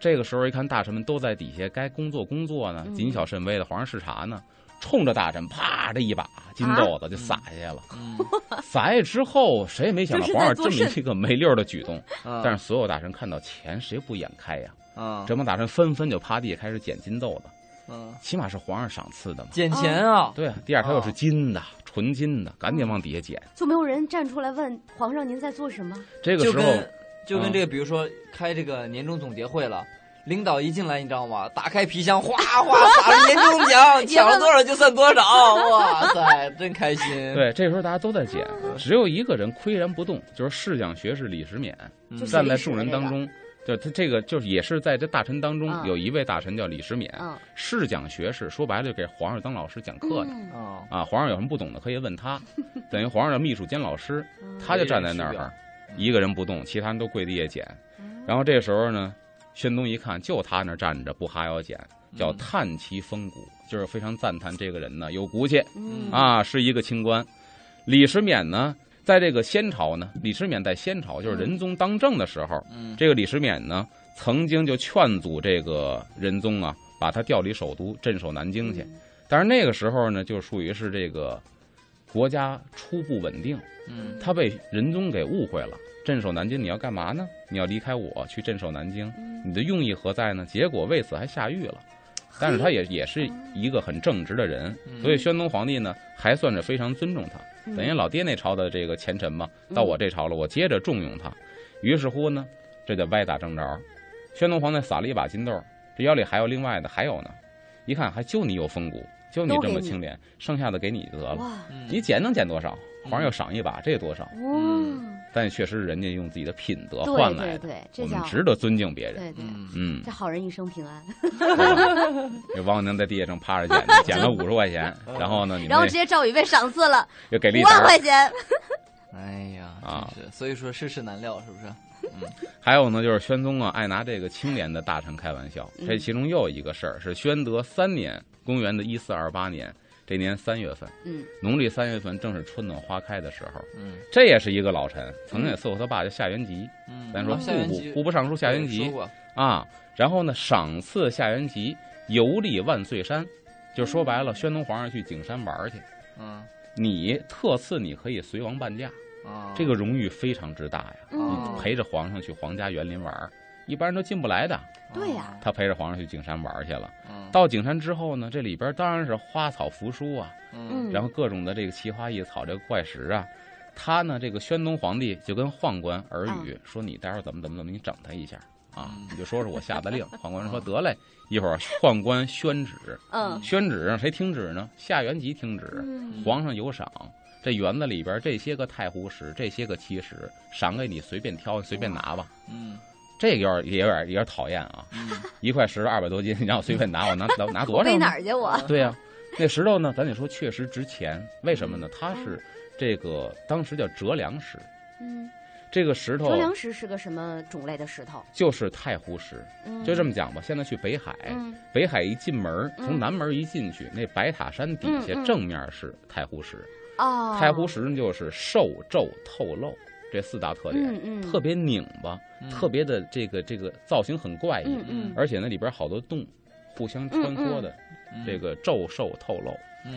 [SPEAKER 3] 这个时候一看，大臣们都在底下该工作工作呢
[SPEAKER 1] 嗯，
[SPEAKER 3] 谨小慎微的，皇上视察呢，冲着大臣啪这一把金
[SPEAKER 1] 啊
[SPEAKER 3] 豆子就撒下去了。
[SPEAKER 2] 嗯
[SPEAKER 3] 撒下去之后，谁也没想到
[SPEAKER 1] 这是在啊
[SPEAKER 3] 皇
[SPEAKER 1] 作
[SPEAKER 3] 上这么一个没溜儿的举 动，
[SPEAKER 2] 嗯，
[SPEAKER 3] 但是所有大臣看到钱，谁不眼开呀？
[SPEAKER 1] 啊
[SPEAKER 2] 嗯
[SPEAKER 3] 这帮大臣纷纷就趴地开始捡金豆子，
[SPEAKER 2] 嗯
[SPEAKER 3] 起码是皇上赏赐的嘛。
[SPEAKER 2] 捡钱啊，
[SPEAKER 3] 对啊，第二条又
[SPEAKER 2] 哦
[SPEAKER 3] 是金的，纯金的，赶紧往底下捡。
[SPEAKER 1] 就没有人站出来问皇上您在做什么？
[SPEAKER 3] 这个
[SPEAKER 2] 就
[SPEAKER 3] 时候嗯
[SPEAKER 2] 跟就跟这个，比如说开这个年终总结会了，领导一进来，你知道吗？打开皮箱，哗哗撒 了年终奖，抢了多少就算多少，哇塞，真开心。，
[SPEAKER 3] 对，这时候大家都在减，
[SPEAKER 1] 啊
[SPEAKER 3] 只有一个人岿然不动，就是市长学士李时勉，
[SPEAKER 2] 嗯
[SPEAKER 1] 就是
[SPEAKER 3] 站在
[SPEAKER 1] 历史
[SPEAKER 3] 众人
[SPEAKER 1] 那
[SPEAKER 3] 当
[SPEAKER 1] 个，
[SPEAKER 3] 中。就他这个就是也是在这大臣当中
[SPEAKER 1] 嗯
[SPEAKER 3] 有一位大臣叫李时勉，
[SPEAKER 1] 嗯
[SPEAKER 3] 是讲学士，说白了就给皇上当老师讲课的、
[SPEAKER 1] 嗯
[SPEAKER 2] 哦，
[SPEAKER 3] 啊。皇上有什么不懂的可以问 他，等于皇上的秘书兼老师，
[SPEAKER 1] 嗯
[SPEAKER 3] 他就站在那
[SPEAKER 2] 为人
[SPEAKER 3] 儿
[SPEAKER 2] 师
[SPEAKER 3] 一个人不动，其他人都跪地也捡。
[SPEAKER 1] 嗯
[SPEAKER 3] 然后这时候呢，宣宗一看就他那儿站着不哈腰捡，叫
[SPEAKER 2] 嗯
[SPEAKER 3] 叹其风骨，就是非常赞叹这个人呢有骨气。
[SPEAKER 1] 嗯
[SPEAKER 3] 啊，是一个清官。李时勉呢，在这个先朝呢，李时勉在先朝
[SPEAKER 1] 嗯
[SPEAKER 3] 就是仁宗当政的时候，
[SPEAKER 2] 嗯
[SPEAKER 3] 这个李时勉呢，曾经就劝阻这个仁宗啊，把他调离首都，镇守南京
[SPEAKER 1] 嗯
[SPEAKER 3] 去。但是那个时候呢，就属于是这个国家初步稳定，
[SPEAKER 2] 嗯
[SPEAKER 3] 他被仁宗给误会了。镇守南京，你要干嘛呢？你要离开我去镇守南京，你的用意何在呢？结果为此还下狱了。但是他也也是一个很正直的人，
[SPEAKER 2] 嗯
[SPEAKER 3] 所以宣宗皇帝呢还算是非常尊重他，
[SPEAKER 1] 嗯
[SPEAKER 3] 等于老爹那朝的这个前臣嘛，到我这朝了，我接着重用他。于是乎呢，这就歪打正着，宣宗皇帝撒了一把金豆，这腰里还有另外的，还有呢，一看还就你有风骨，就你
[SPEAKER 1] 都
[SPEAKER 3] 这
[SPEAKER 1] 给
[SPEAKER 3] 么
[SPEAKER 1] 你
[SPEAKER 3] 清廉，剩下的给你得了，
[SPEAKER 1] 哇嗯
[SPEAKER 2] 嗯
[SPEAKER 3] 你捡能捡多少？皇上要赏一把，这多少？
[SPEAKER 1] 哇，
[SPEAKER 3] 但确实人家用自己的品德嗯换
[SPEAKER 1] 对
[SPEAKER 3] 来
[SPEAKER 1] 对
[SPEAKER 3] 的，
[SPEAKER 1] 对，
[SPEAKER 3] 我
[SPEAKER 1] 这
[SPEAKER 3] 们
[SPEAKER 1] 叫
[SPEAKER 3] 值得尊敬别人。
[SPEAKER 1] 对对，
[SPEAKER 2] 嗯
[SPEAKER 3] 嗯
[SPEAKER 1] 这，好人一生平安。
[SPEAKER 3] 这王宁在地下上趴着捡的，捡了五十块 钱，然后呢，你
[SPEAKER 1] 然后
[SPEAKER 3] 们
[SPEAKER 1] 直接赵宇被赏赐了
[SPEAKER 3] 又给了
[SPEAKER 1] 五
[SPEAKER 3] 一
[SPEAKER 1] 万
[SPEAKER 3] 沓
[SPEAKER 1] 块钱，
[SPEAKER 2] 哎呀，
[SPEAKER 3] 啊
[SPEAKER 2] 真是，所以说世事难料，是不是？
[SPEAKER 3] 还有呢，就是宣宗啊，爱拿这个清廉的大臣开玩笑。
[SPEAKER 1] 嗯
[SPEAKER 3] 这其中又有一个事儿是宣德三年，公元的一四二八年，这年三月份，
[SPEAKER 1] 嗯，
[SPEAKER 3] 农历三月份正是春暖花开的时候。
[SPEAKER 2] 嗯
[SPEAKER 3] 这也是一个老臣，曾经也伺候他爸叫夏元吉，
[SPEAKER 2] 嗯，
[SPEAKER 3] 咱说
[SPEAKER 2] 啊夏
[SPEAKER 3] 户
[SPEAKER 2] 元
[SPEAKER 3] 部
[SPEAKER 2] 吉
[SPEAKER 3] 户部尚书夏元
[SPEAKER 2] 对
[SPEAKER 3] 吉
[SPEAKER 2] 说过
[SPEAKER 3] 啊。然后呢，赏赐夏元吉游历万岁山，就说白了，宣宗皇上去景山玩儿去，
[SPEAKER 2] 嗯
[SPEAKER 3] 你特赐你可以随王伴驾，
[SPEAKER 2] 啊，
[SPEAKER 3] 这个荣誉非常之大呀。
[SPEAKER 1] 嗯
[SPEAKER 2] 哦，
[SPEAKER 3] 陪着皇上去皇家园林玩儿，一般人都进不来的。
[SPEAKER 1] 对呀，
[SPEAKER 3] 他陪着皇上去景山玩儿去了。
[SPEAKER 2] 嗯
[SPEAKER 3] 到景山之后呢，这里边当然是花草扶疏啊，
[SPEAKER 2] 嗯
[SPEAKER 1] 嗯，
[SPEAKER 3] 然后各种的这个奇花异草，这个怪石啊。他呢，这个宣宗皇帝就跟宦官耳
[SPEAKER 1] 啊
[SPEAKER 3] 语说：“你待会儿怎么怎么怎么，你整他一下啊
[SPEAKER 2] 嗯！
[SPEAKER 3] 你就说是我下的令。” 宦官说：“
[SPEAKER 2] 嗯
[SPEAKER 3] 得嘞。”一会儿宦官宣旨，
[SPEAKER 1] 嗯
[SPEAKER 3] 宣旨让谁听旨呢？夏元吉听旨。
[SPEAKER 1] 嗯
[SPEAKER 3] 皇上有赏，这园子里边这些个太湖石，这些个奇石，赏给你随便挑，随便拿吧。
[SPEAKER 2] 嗯
[SPEAKER 3] 这个有点也有点也有点讨厌啊！
[SPEAKER 2] 嗯
[SPEAKER 3] 一块石头二百多斤，你 让我随便拿，我拿拿拿多
[SPEAKER 1] 我
[SPEAKER 3] 少
[SPEAKER 1] 背
[SPEAKER 3] 呢？
[SPEAKER 1] 哪儿去我？
[SPEAKER 3] 对呀、那石头呢？咱得说确实值钱，为什么呢？它是这个当时叫折梁石，
[SPEAKER 1] 嗯，
[SPEAKER 3] 这个石头
[SPEAKER 1] 折梁石是个什么种类的石头？
[SPEAKER 3] 就是太湖石，
[SPEAKER 1] 嗯
[SPEAKER 3] 就这么哎讲吧。现在去北海，
[SPEAKER 1] 嗯
[SPEAKER 3] 北海一进门，
[SPEAKER 1] 嗯
[SPEAKER 3] 从南门一进去，那白塔山底下
[SPEAKER 1] 嗯嗯
[SPEAKER 3] 正面是太湖石。
[SPEAKER 1] 哦，
[SPEAKER 3] 太湖石呢就是瘦、皱、透漏这四大特点，
[SPEAKER 1] 嗯嗯，
[SPEAKER 3] 特别拧巴，特别的这个这个造型很怪异，
[SPEAKER 1] 嗯嗯，
[SPEAKER 3] 而且那里边好多洞，互相穿梭的
[SPEAKER 2] 嗯
[SPEAKER 3] 这个皱、瘦、透漏，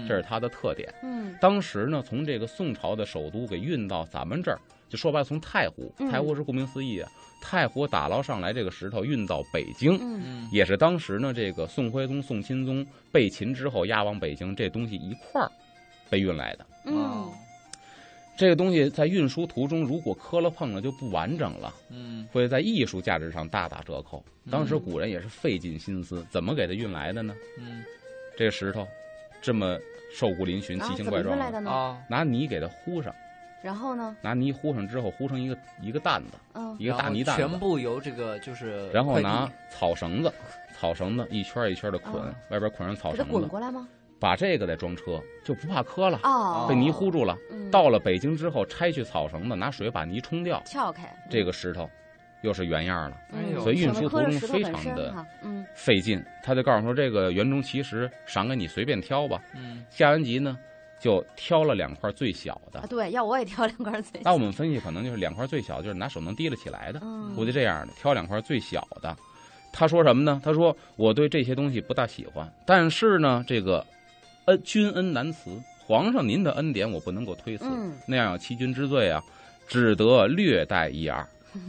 [SPEAKER 3] 这是它的特点。
[SPEAKER 1] 嗯
[SPEAKER 3] 当时呢，从这个宋朝的首都给运到咱们这儿，就说白了，从太湖，
[SPEAKER 1] 嗯
[SPEAKER 3] 太湖是顾名思义啊，太湖打捞上来这个石头运到北京。
[SPEAKER 1] 嗯
[SPEAKER 2] 嗯
[SPEAKER 3] 也是当时呢，这个宋徽宗、宋钦宗被擒之后押往北京，这东西一块儿被运来的。
[SPEAKER 1] 嗯
[SPEAKER 3] 啊
[SPEAKER 2] 哦
[SPEAKER 3] 这个东西在运输途中如果磕了碰了就不完整了，
[SPEAKER 2] 嗯
[SPEAKER 3] 会在艺术价值上大打折扣。当时
[SPEAKER 1] 嗯
[SPEAKER 3] 古人也是费尽心思，怎么给它运来的呢？
[SPEAKER 2] 嗯
[SPEAKER 3] 这个石头这么瘦骨嶙峋、
[SPEAKER 1] 啊
[SPEAKER 3] 奇
[SPEAKER 1] 怎
[SPEAKER 3] 形
[SPEAKER 1] 么
[SPEAKER 3] 怪
[SPEAKER 1] 运
[SPEAKER 3] 状
[SPEAKER 1] 来
[SPEAKER 3] 的，
[SPEAKER 1] 的呢？
[SPEAKER 2] 啊
[SPEAKER 3] 拿泥给它糊上，
[SPEAKER 1] 然后呢？
[SPEAKER 3] 拿泥糊上之后，糊成一个一个担子，
[SPEAKER 1] 嗯
[SPEAKER 3] 一个大泥
[SPEAKER 2] 然
[SPEAKER 3] 担
[SPEAKER 2] 后全
[SPEAKER 3] 子，
[SPEAKER 2] 部由这个就是
[SPEAKER 3] 然后
[SPEAKER 2] 快递
[SPEAKER 3] 拿草绳子，草绳子一圈一圈的捆
[SPEAKER 1] 啊，
[SPEAKER 3] 外边捆上草
[SPEAKER 1] 给它
[SPEAKER 3] 绳
[SPEAKER 1] 滚
[SPEAKER 3] 子，
[SPEAKER 1] 过来吗？
[SPEAKER 3] 把这个再装车，就不怕磕了。
[SPEAKER 1] 哦，
[SPEAKER 3] 被泥糊住了，
[SPEAKER 1] 嗯
[SPEAKER 3] 到了北京之后拆去草绳子，拿水把泥冲掉，
[SPEAKER 1] 撬开
[SPEAKER 3] 这个石头又是原样了。
[SPEAKER 2] 哎呦
[SPEAKER 3] 所以运输途中
[SPEAKER 1] 嗯省得磕着石头本
[SPEAKER 3] 非常
[SPEAKER 1] 身
[SPEAKER 3] 的
[SPEAKER 1] 哈嗯
[SPEAKER 3] 费劲，他就告诉说这个园中奇石赏给你随便挑吧。
[SPEAKER 2] 嗯
[SPEAKER 3] 夏元吉呢就挑了两块最小
[SPEAKER 1] 啊，
[SPEAKER 3] 的，
[SPEAKER 1] 对，要我也挑两块 嘴。
[SPEAKER 3] 那我们分析可能就是两块最小，就是拿手能提了起来的，
[SPEAKER 1] 嗯
[SPEAKER 3] 估计这样的挑两块最小的。他说什么呢？他说我对这些东西不大喜欢，但是呢，这个恩君恩难辞，皇上您的恩典我不能够推辞，
[SPEAKER 1] 嗯
[SPEAKER 3] 那样有欺君之罪啊，只得略带一 二，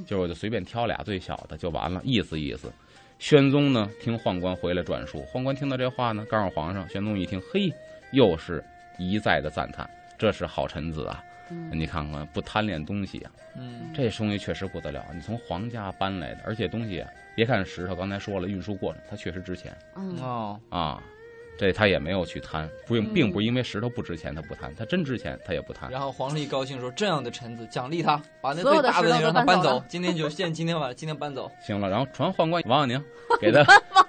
[SPEAKER 3] 就是我就随便挑俩最小的就完了，意思意思。宣宗呢，听宦官回来转述，宦官听到这话呢，告诉皇上，宣宗一听，嘿，又是一再的赞叹，这是好臣子啊，
[SPEAKER 1] 嗯
[SPEAKER 3] 你看看不贪恋东西啊，
[SPEAKER 2] 嗯
[SPEAKER 3] 这东西确实不得了。你从皇家搬来的，而且东西啊，别看石头，刚才说了运输过程，它确实值钱
[SPEAKER 1] 嗯
[SPEAKER 2] 哦，
[SPEAKER 3] 啊。这他也没有去贪，不用，
[SPEAKER 1] 嗯
[SPEAKER 3] 并不是因为石头不值钱他不贪，他真值钱他也不贪。
[SPEAKER 2] 然后皇帝高兴说：“这样的臣子，奖励他，把那
[SPEAKER 1] 所
[SPEAKER 2] 最
[SPEAKER 1] 有的
[SPEAKER 2] 大的那
[SPEAKER 1] 石
[SPEAKER 2] 个
[SPEAKER 1] 头
[SPEAKER 2] 让
[SPEAKER 1] 都
[SPEAKER 2] 他
[SPEAKER 1] 搬
[SPEAKER 2] 搬
[SPEAKER 1] 走
[SPEAKER 2] 走
[SPEAKER 1] 了，
[SPEAKER 2] 今天就 现今天晚今天搬走。
[SPEAKER 3] 行了，然后传宦官王 阳宁，给他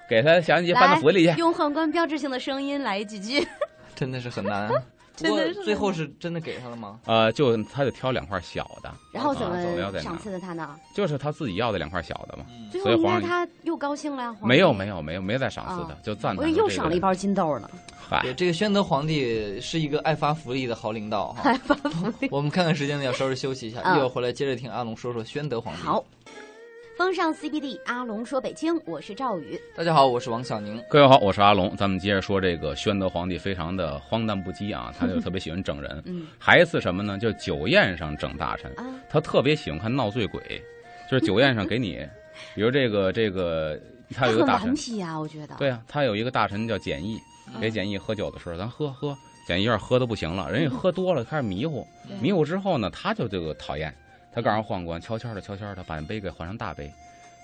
[SPEAKER 3] 给他下级搬到府里去。
[SPEAKER 1] 用宦官标志性的声音来几句，”
[SPEAKER 2] 真的是很 难。啊不
[SPEAKER 1] 真
[SPEAKER 2] 过
[SPEAKER 1] 的是
[SPEAKER 2] 最后是真的给他了吗？
[SPEAKER 3] 呃，就他就挑两块小的，
[SPEAKER 1] 然后怎
[SPEAKER 3] 啊总要
[SPEAKER 1] 么
[SPEAKER 3] 在哪
[SPEAKER 1] 赏赐的他呢？
[SPEAKER 3] 就是他自己要的两块小的嘛。
[SPEAKER 2] 嗯
[SPEAKER 1] 最
[SPEAKER 3] 所以
[SPEAKER 1] 后应该
[SPEAKER 3] 皇上
[SPEAKER 1] 他又高兴了呀。皇
[SPEAKER 3] 没有
[SPEAKER 1] 帝，
[SPEAKER 3] 没有没有没再赏赐的，
[SPEAKER 1] 啊
[SPEAKER 3] 就赞他。
[SPEAKER 1] 我又赏了一。包金豆呢。
[SPEAKER 3] 嗨
[SPEAKER 2] 对，，这个宣德皇帝是一个爱发福利的好领导哈。 我们看看时间呢，要稍微休息一下，
[SPEAKER 1] 嗯
[SPEAKER 2] 一会儿回来接着听阿龙说说宣德
[SPEAKER 3] 嗯
[SPEAKER 2] 皇帝。
[SPEAKER 1] 好，风尚 CBD，阿龙说北京，我是赵宇。
[SPEAKER 2] 大家好，我是王小宁。
[SPEAKER 3] 各位好，我是阿龙，咱们接着说这个宣德皇帝非常的荒诞不羁啊，他就特别喜欢整人，
[SPEAKER 1] 嗯
[SPEAKER 3] 还一次什么呢？就是酒宴上整大臣，
[SPEAKER 1] 啊，
[SPEAKER 3] 他特别喜欢看闹醉鬼，就是酒宴上给你，比如这个这个，他有一
[SPEAKER 1] 很
[SPEAKER 3] 个大
[SPEAKER 1] 顽
[SPEAKER 3] 臣，
[SPEAKER 1] 皮啊，我觉得。
[SPEAKER 3] 对啊，他有一个大臣叫简易，
[SPEAKER 1] 嗯
[SPEAKER 3] 给简易喝酒的时候，咱喝喝，简易有点喝的不行了，人家喝多了开始 迷糊，迷糊之后呢，他就这个讨厌，他告诉宦官悄悄的悄悄的把杯给换成大杯，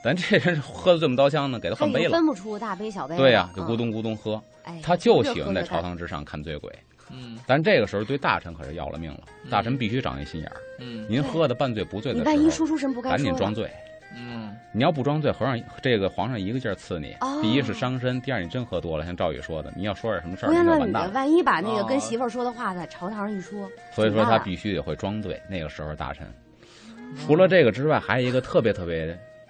[SPEAKER 3] 咱这人喝了这么刀枪呢，给他
[SPEAKER 1] 他
[SPEAKER 3] 换
[SPEAKER 1] 已
[SPEAKER 3] 杯
[SPEAKER 1] 经
[SPEAKER 3] 了，
[SPEAKER 1] 分不出大杯小杯了。
[SPEAKER 3] 对呀、就咕
[SPEAKER 1] 嗯，
[SPEAKER 3] 咚咕咚喝，
[SPEAKER 1] 哎
[SPEAKER 3] 他就喜欢在
[SPEAKER 1] 越
[SPEAKER 3] 朝。
[SPEAKER 1] 喝越淡
[SPEAKER 3] 堂之上看醉鬼，
[SPEAKER 2] 嗯
[SPEAKER 3] 但这个时候对大臣可是要了命了，
[SPEAKER 1] 嗯
[SPEAKER 3] 大臣必须长一心眼儿，
[SPEAKER 2] 嗯
[SPEAKER 3] 您喝的半醉不醉
[SPEAKER 1] 你
[SPEAKER 3] 的
[SPEAKER 1] 万一
[SPEAKER 3] 时
[SPEAKER 1] 说
[SPEAKER 3] 候，
[SPEAKER 1] 出什么不该说
[SPEAKER 3] 赶
[SPEAKER 1] 的，
[SPEAKER 3] 紧装醉。
[SPEAKER 2] 嗯
[SPEAKER 3] 你要不装醉，和尚这个皇上一个劲儿刺你。
[SPEAKER 1] 哦
[SPEAKER 3] 第一是伤身，第二你真喝多了，像赵宇说的，你要说点什么事儿，
[SPEAKER 1] 胡言
[SPEAKER 3] 你就
[SPEAKER 1] 乱
[SPEAKER 3] 完
[SPEAKER 1] 语
[SPEAKER 3] 蛋
[SPEAKER 1] 的，
[SPEAKER 3] 了。啊
[SPEAKER 1] 万一把那个
[SPEAKER 2] 哦
[SPEAKER 1] 跟媳妇儿说的话在朝堂上一说，
[SPEAKER 3] 所以
[SPEAKER 1] 怎
[SPEAKER 3] 说
[SPEAKER 1] 么
[SPEAKER 3] 他
[SPEAKER 1] 办啊
[SPEAKER 3] 必须得会装醉。那个时候大臣，除了这个之外，还有一个特别特别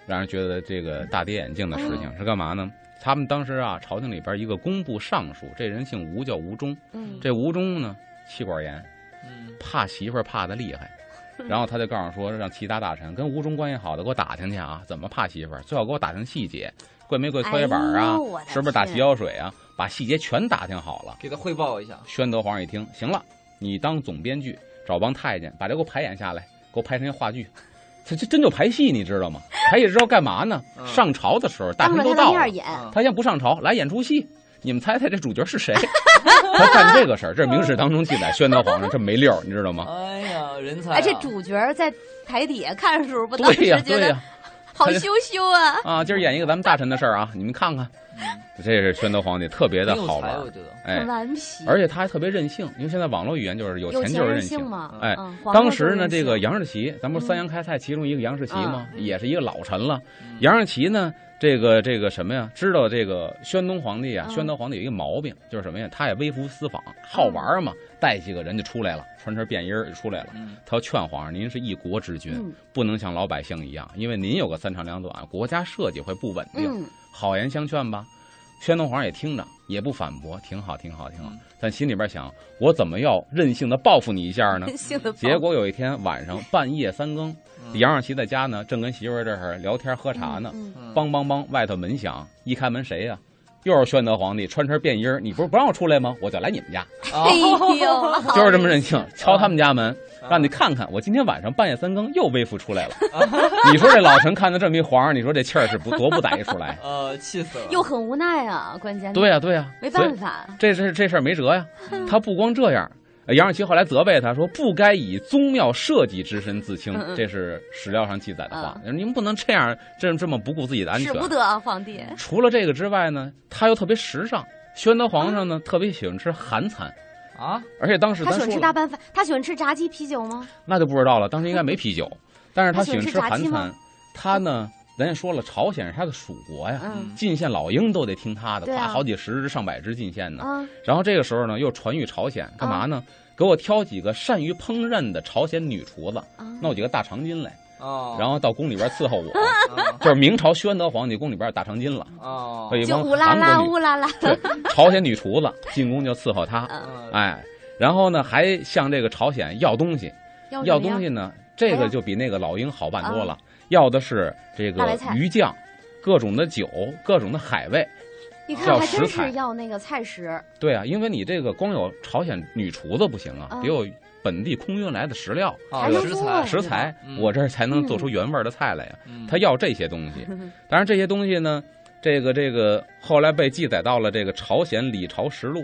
[SPEAKER 3] 让人觉得这个大跌眼镜的事
[SPEAKER 1] 嗯
[SPEAKER 3] 情是干嘛呢？他们当时啊，朝廷里边一个工部尚书，这人姓吴，叫吴忠。
[SPEAKER 1] 嗯，
[SPEAKER 3] 这吴忠呢，气管炎，
[SPEAKER 2] 嗯
[SPEAKER 3] 怕媳妇儿怕的 厉害，然后他就告诉说，让其他大臣跟吴忠关系好的给我打听去啊，怎么怕媳妇儿，最好给我打听细节，跪没跪搓衣板
[SPEAKER 1] 哎
[SPEAKER 3] 啊
[SPEAKER 1] 呦我的，
[SPEAKER 3] 是不是打洗
[SPEAKER 1] 天
[SPEAKER 3] 脚水啊，把细节全打听好了。
[SPEAKER 2] 给他汇报一下。
[SPEAKER 3] 宣德皇上一听，行了，你当总编剧，找帮太监把这给我排演下来，给我排成一话剧。他这真就排戏，你知道吗？排戏之后干嘛呢？
[SPEAKER 2] 嗯
[SPEAKER 3] 上朝的时候，大
[SPEAKER 1] 当
[SPEAKER 3] 臣
[SPEAKER 1] 着
[SPEAKER 3] 都
[SPEAKER 1] 他的
[SPEAKER 3] 到
[SPEAKER 1] 面
[SPEAKER 3] 了哎
[SPEAKER 1] 儿，演，
[SPEAKER 2] 嗯
[SPEAKER 3] 他先不上朝，来演出戏。你们猜猜这主角是谁？ 他干这个事儿，这是明史当中记载，宣德皇上这没溜儿，你知道吗？
[SPEAKER 2] 哎呀，人才啊！
[SPEAKER 1] 而且主角在台底下看的时候，不当
[SPEAKER 3] 对呀、
[SPEAKER 1] 时觉
[SPEAKER 3] 对
[SPEAKER 1] 得
[SPEAKER 3] 呀、
[SPEAKER 1] 好羞羞啊。
[SPEAKER 3] 啊，今儿演一个咱们大臣的事儿啊，你们看看，这是宣德皇帝特别
[SPEAKER 2] 很
[SPEAKER 3] 的
[SPEAKER 2] 有
[SPEAKER 3] 好玩
[SPEAKER 2] 才，
[SPEAKER 3] 儿
[SPEAKER 2] 我，觉得。
[SPEAKER 1] 嗯很
[SPEAKER 3] 哎，
[SPEAKER 1] 顽皮，
[SPEAKER 3] 而且他还特别任性，因为现在网络语言就是有
[SPEAKER 1] 有
[SPEAKER 3] 钱就是
[SPEAKER 1] 任
[SPEAKER 3] 任性。
[SPEAKER 1] 嘛。
[SPEAKER 3] 哎
[SPEAKER 1] 嗯，
[SPEAKER 3] 当时呢，这
[SPEAKER 1] 皇上就任性嗯啊
[SPEAKER 3] 个杨士奇，咱不是三阳开泰其中一个杨士奇吗？
[SPEAKER 2] 嗯
[SPEAKER 3] 也是一个老臣了。
[SPEAKER 2] 嗯
[SPEAKER 3] 杨士奇呢，这个这个什么呀？知道这个宣东皇帝啊，
[SPEAKER 1] 嗯
[SPEAKER 3] 宣德皇帝有一个毛病，就是什么呀？他也微服私访，好玩儿嘛，
[SPEAKER 1] 嗯
[SPEAKER 3] 带几个人就出来了，穿身便衣儿就出来了。
[SPEAKER 2] 嗯
[SPEAKER 3] 他要劝皇上，您是一国之君，
[SPEAKER 1] 嗯
[SPEAKER 3] 不能像老百姓一样，因为您有个三长两短，国家社稷会不稳定。
[SPEAKER 1] 嗯，
[SPEAKER 3] 好言相劝吧。宣东皇上也听着，也不反驳，挺好，挺好，挺好
[SPEAKER 2] 嗯。
[SPEAKER 3] 但心里边想，我怎么要任性的报复你一下 呢？
[SPEAKER 1] 任性的
[SPEAKER 3] 结果有一天晚上半夜三更，杨二奇在家呢，正跟媳妇儿这儿聊天喝茶呢，
[SPEAKER 1] 嗯嗯，嗯
[SPEAKER 2] 嗯
[SPEAKER 3] 梆梆梆，外头门响，一开门谁呀、又是宣德皇帝，穿身便衣儿，你不是不让我出来吗？我就来你们家，
[SPEAKER 2] 啊
[SPEAKER 1] 哎呦，
[SPEAKER 3] 就是这么任性，敲他们家门，
[SPEAKER 2] 啊
[SPEAKER 3] 让你看看，我今天晚上半夜三更又微服出 来了。
[SPEAKER 1] 啊
[SPEAKER 3] 你说这老臣看到这么一皇上，你说这气儿是不多不打一出 来？
[SPEAKER 2] 呃，气死了。
[SPEAKER 1] 又很无奈啊，关键
[SPEAKER 3] 对呀、对呀、
[SPEAKER 1] 没
[SPEAKER 3] 所以
[SPEAKER 1] 办法，嗯
[SPEAKER 3] 这事这事儿没辙呀。他不光这样，呃杨二奇后来责备他说：“不该以宗庙社稷之身自轻
[SPEAKER 1] 嗯。”嗯
[SPEAKER 3] 这是史料上记载的话。您不能这样，这这么不顾自己的安
[SPEAKER 1] 使
[SPEAKER 3] 全。
[SPEAKER 1] 不得啊，皇帝。
[SPEAKER 3] 除了这个之外呢，他又特别时尚。宣德皇上呢，特别喜欢吃韩餐，
[SPEAKER 2] 啊，
[SPEAKER 3] 而且当时
[SPEAKER 1] 嗯他
[SPEAKER 3] 咱
[SPEAKER 1] 喜欢
[SPEAKER 3] 说
[SPEAKER 1] 吃
[SPEAKER 3] 了
[SPEAKER 1] 大拌饭，他喜欢吃炸鸡、啤酒 吗？
[SPEAKER 3] 那就不知道了，当时应该没啤酒，但 是他喜欢吃
[SPEAKER 1] 他
[SPEAKER 3] 韩
[SPEAKER 1] 喜欢吃炸鸡吗
[SPEAKER 3] 餐。他呢，咱也说了，朝鲜是他的属国呀，
[SPEAKER 1] 嗯
[SPEAKER 3] 进献老鹰都得听他的，
[SPEAKER 1] 对啊
[SPEAKER 3] 跨好几十只上百只进献呢。
[SPEAKER 1] 啊，
[SPEAKER 3] 然后这个时候呢，又传谕朝鲜，
[SPEAKER 1] 嗯
[SPEAKER 3] 干嘛呢？给我挑几个善于烹饪的朝鲜女厨子，
[SPEAKER 1] 啊
[SPEAKER 3] 弄几个大长今来，
[SPEAKER 2] 哦，
[SPEAKER 3] 然后到宫里边伺候我。
[SPEAKER 2] 后
[SPEAKER 3] 就是明朝宣德皇帝宫里边有大长今了，
[SPEAKER 2] 哦
[SPEAKER 3] 有，一
[SPEAKER 1] 就
[SPEAKER 3] 帮
[SPEAKER 1] 乌拉
[SPEAKER 3] 韩
[SPEAKER 1] 拉
[SPEAKER 3] 国女
[SPEAKER 1] 乌拉拉，
[SPEAKER 3] 对朝鲜女厨子进宫就伺候 她，
[SPEAKER 2] 嗯
[SPEAKER 3] 哎，然后呢还向这个朝鲜要东西，
[SPEAKER 1] 要什哦
[SPEAKER 3] 要
[SPEAKER 1] 么呀
[SPEAKER 3] 东西呢，这
[SPEAKER 1] 还
[SPEAKER 3] 个
[SPEAKER 1] 要
[SPEAKER 3] 就比那个老鹰好办多了，要的是这
[SPEAKER 1] 大
[SPEAKER 3] 个
[SPEAKER 1] 白菜
[SPEAKER 3] 鱼酱，各种的酒，各种的海味。
[SPEAKER 1] 你看
[SPEAKER 3] 要
[SPEAKER 1] 还真
[SPEAKER 3] 食材
[SPEAKER 1] 是要那个菜食，
[SPEAKER 3] 对啊，因为你这个光有朝鲜女厨子不行啊，
[SPEAKER 1] 嗯
[SPEAKER 3] 得有本地空运来的食料、
[SPEAKER 1] 还
[SPEAKER 2] 啊，
[SPEAKER 1] 能
[SPEAKER 2] 食
[SPEAKER 1] 做
[SPEAKER 2] 材
[SPEAKER 1] 呀
[SPEAKER 3] 食材，
[SPEAKER 2] 嗯
[SPEAKER 3] 我这儿才能做出原味儿的菜来呀、
[SPEAKER 2] 嗯
[SPEAKER 3] 他要这些东西，当然这些东西呢，这个这个后来被记载到了这个《朝鲜礼朝实录》。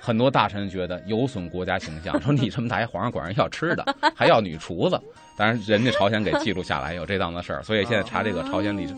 [SPEAKER 3] 很多大臣觉得有损国家形象，说你这么大一皇上管人要吃的，还要女厨子。当然，人家朝鲜给记录下来有这档子事儿，所以现在查这个朝鲜历
[SPEAKER 1] 哦
[SPEAKER 3] 史。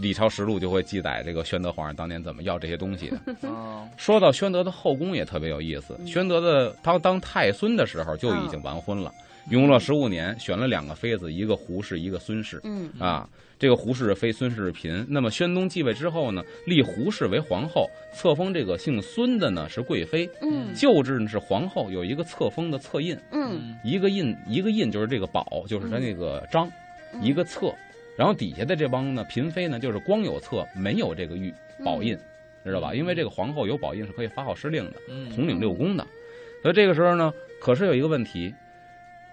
[SPEAKER 3] 《李朝实录》就会记载这个宣德皇上当年怎么要这些东西的。
[SPEAKER 2] 嗯
[SPEAKER 3] 说到宣德的后宫也特别有意思，宣德的他当太孙的时候就已经完婚了，永乐十五年选了两个妃子，一个胡氏，一个孙氏。
[SPEAKER 1] 嗯
[SPEAKER 3] 啊，这个胡氏妃孙氏嫔。那么宣宗继位之后呢，立胡氏为皇后，册封这个姓孙的呢是贵妃，
[SPEAKER 1] 嗯
[SPEAKER 3] 旧制呢是皇后有一个册封的册印，
[SPEAKER 1] 嗯
[SPEAKER 3] 一个印一个印就是这个宝，就是它那个章，
[SPEAKER 1] 嗯
[SPEAKER 3] 一个册，然后底下的这帮呢嫔妃呢就是光有册没有这个玉
[SPEAKER 1] 嗯
[SPEAKER 3] 宝印，知道吧？因为这个皇后有宝印是可以发号施令的。
[SPEAKER 2] 嗯
[SPEAKER 3] 统领六宫的。所以这个时候呢，可是有一个问题，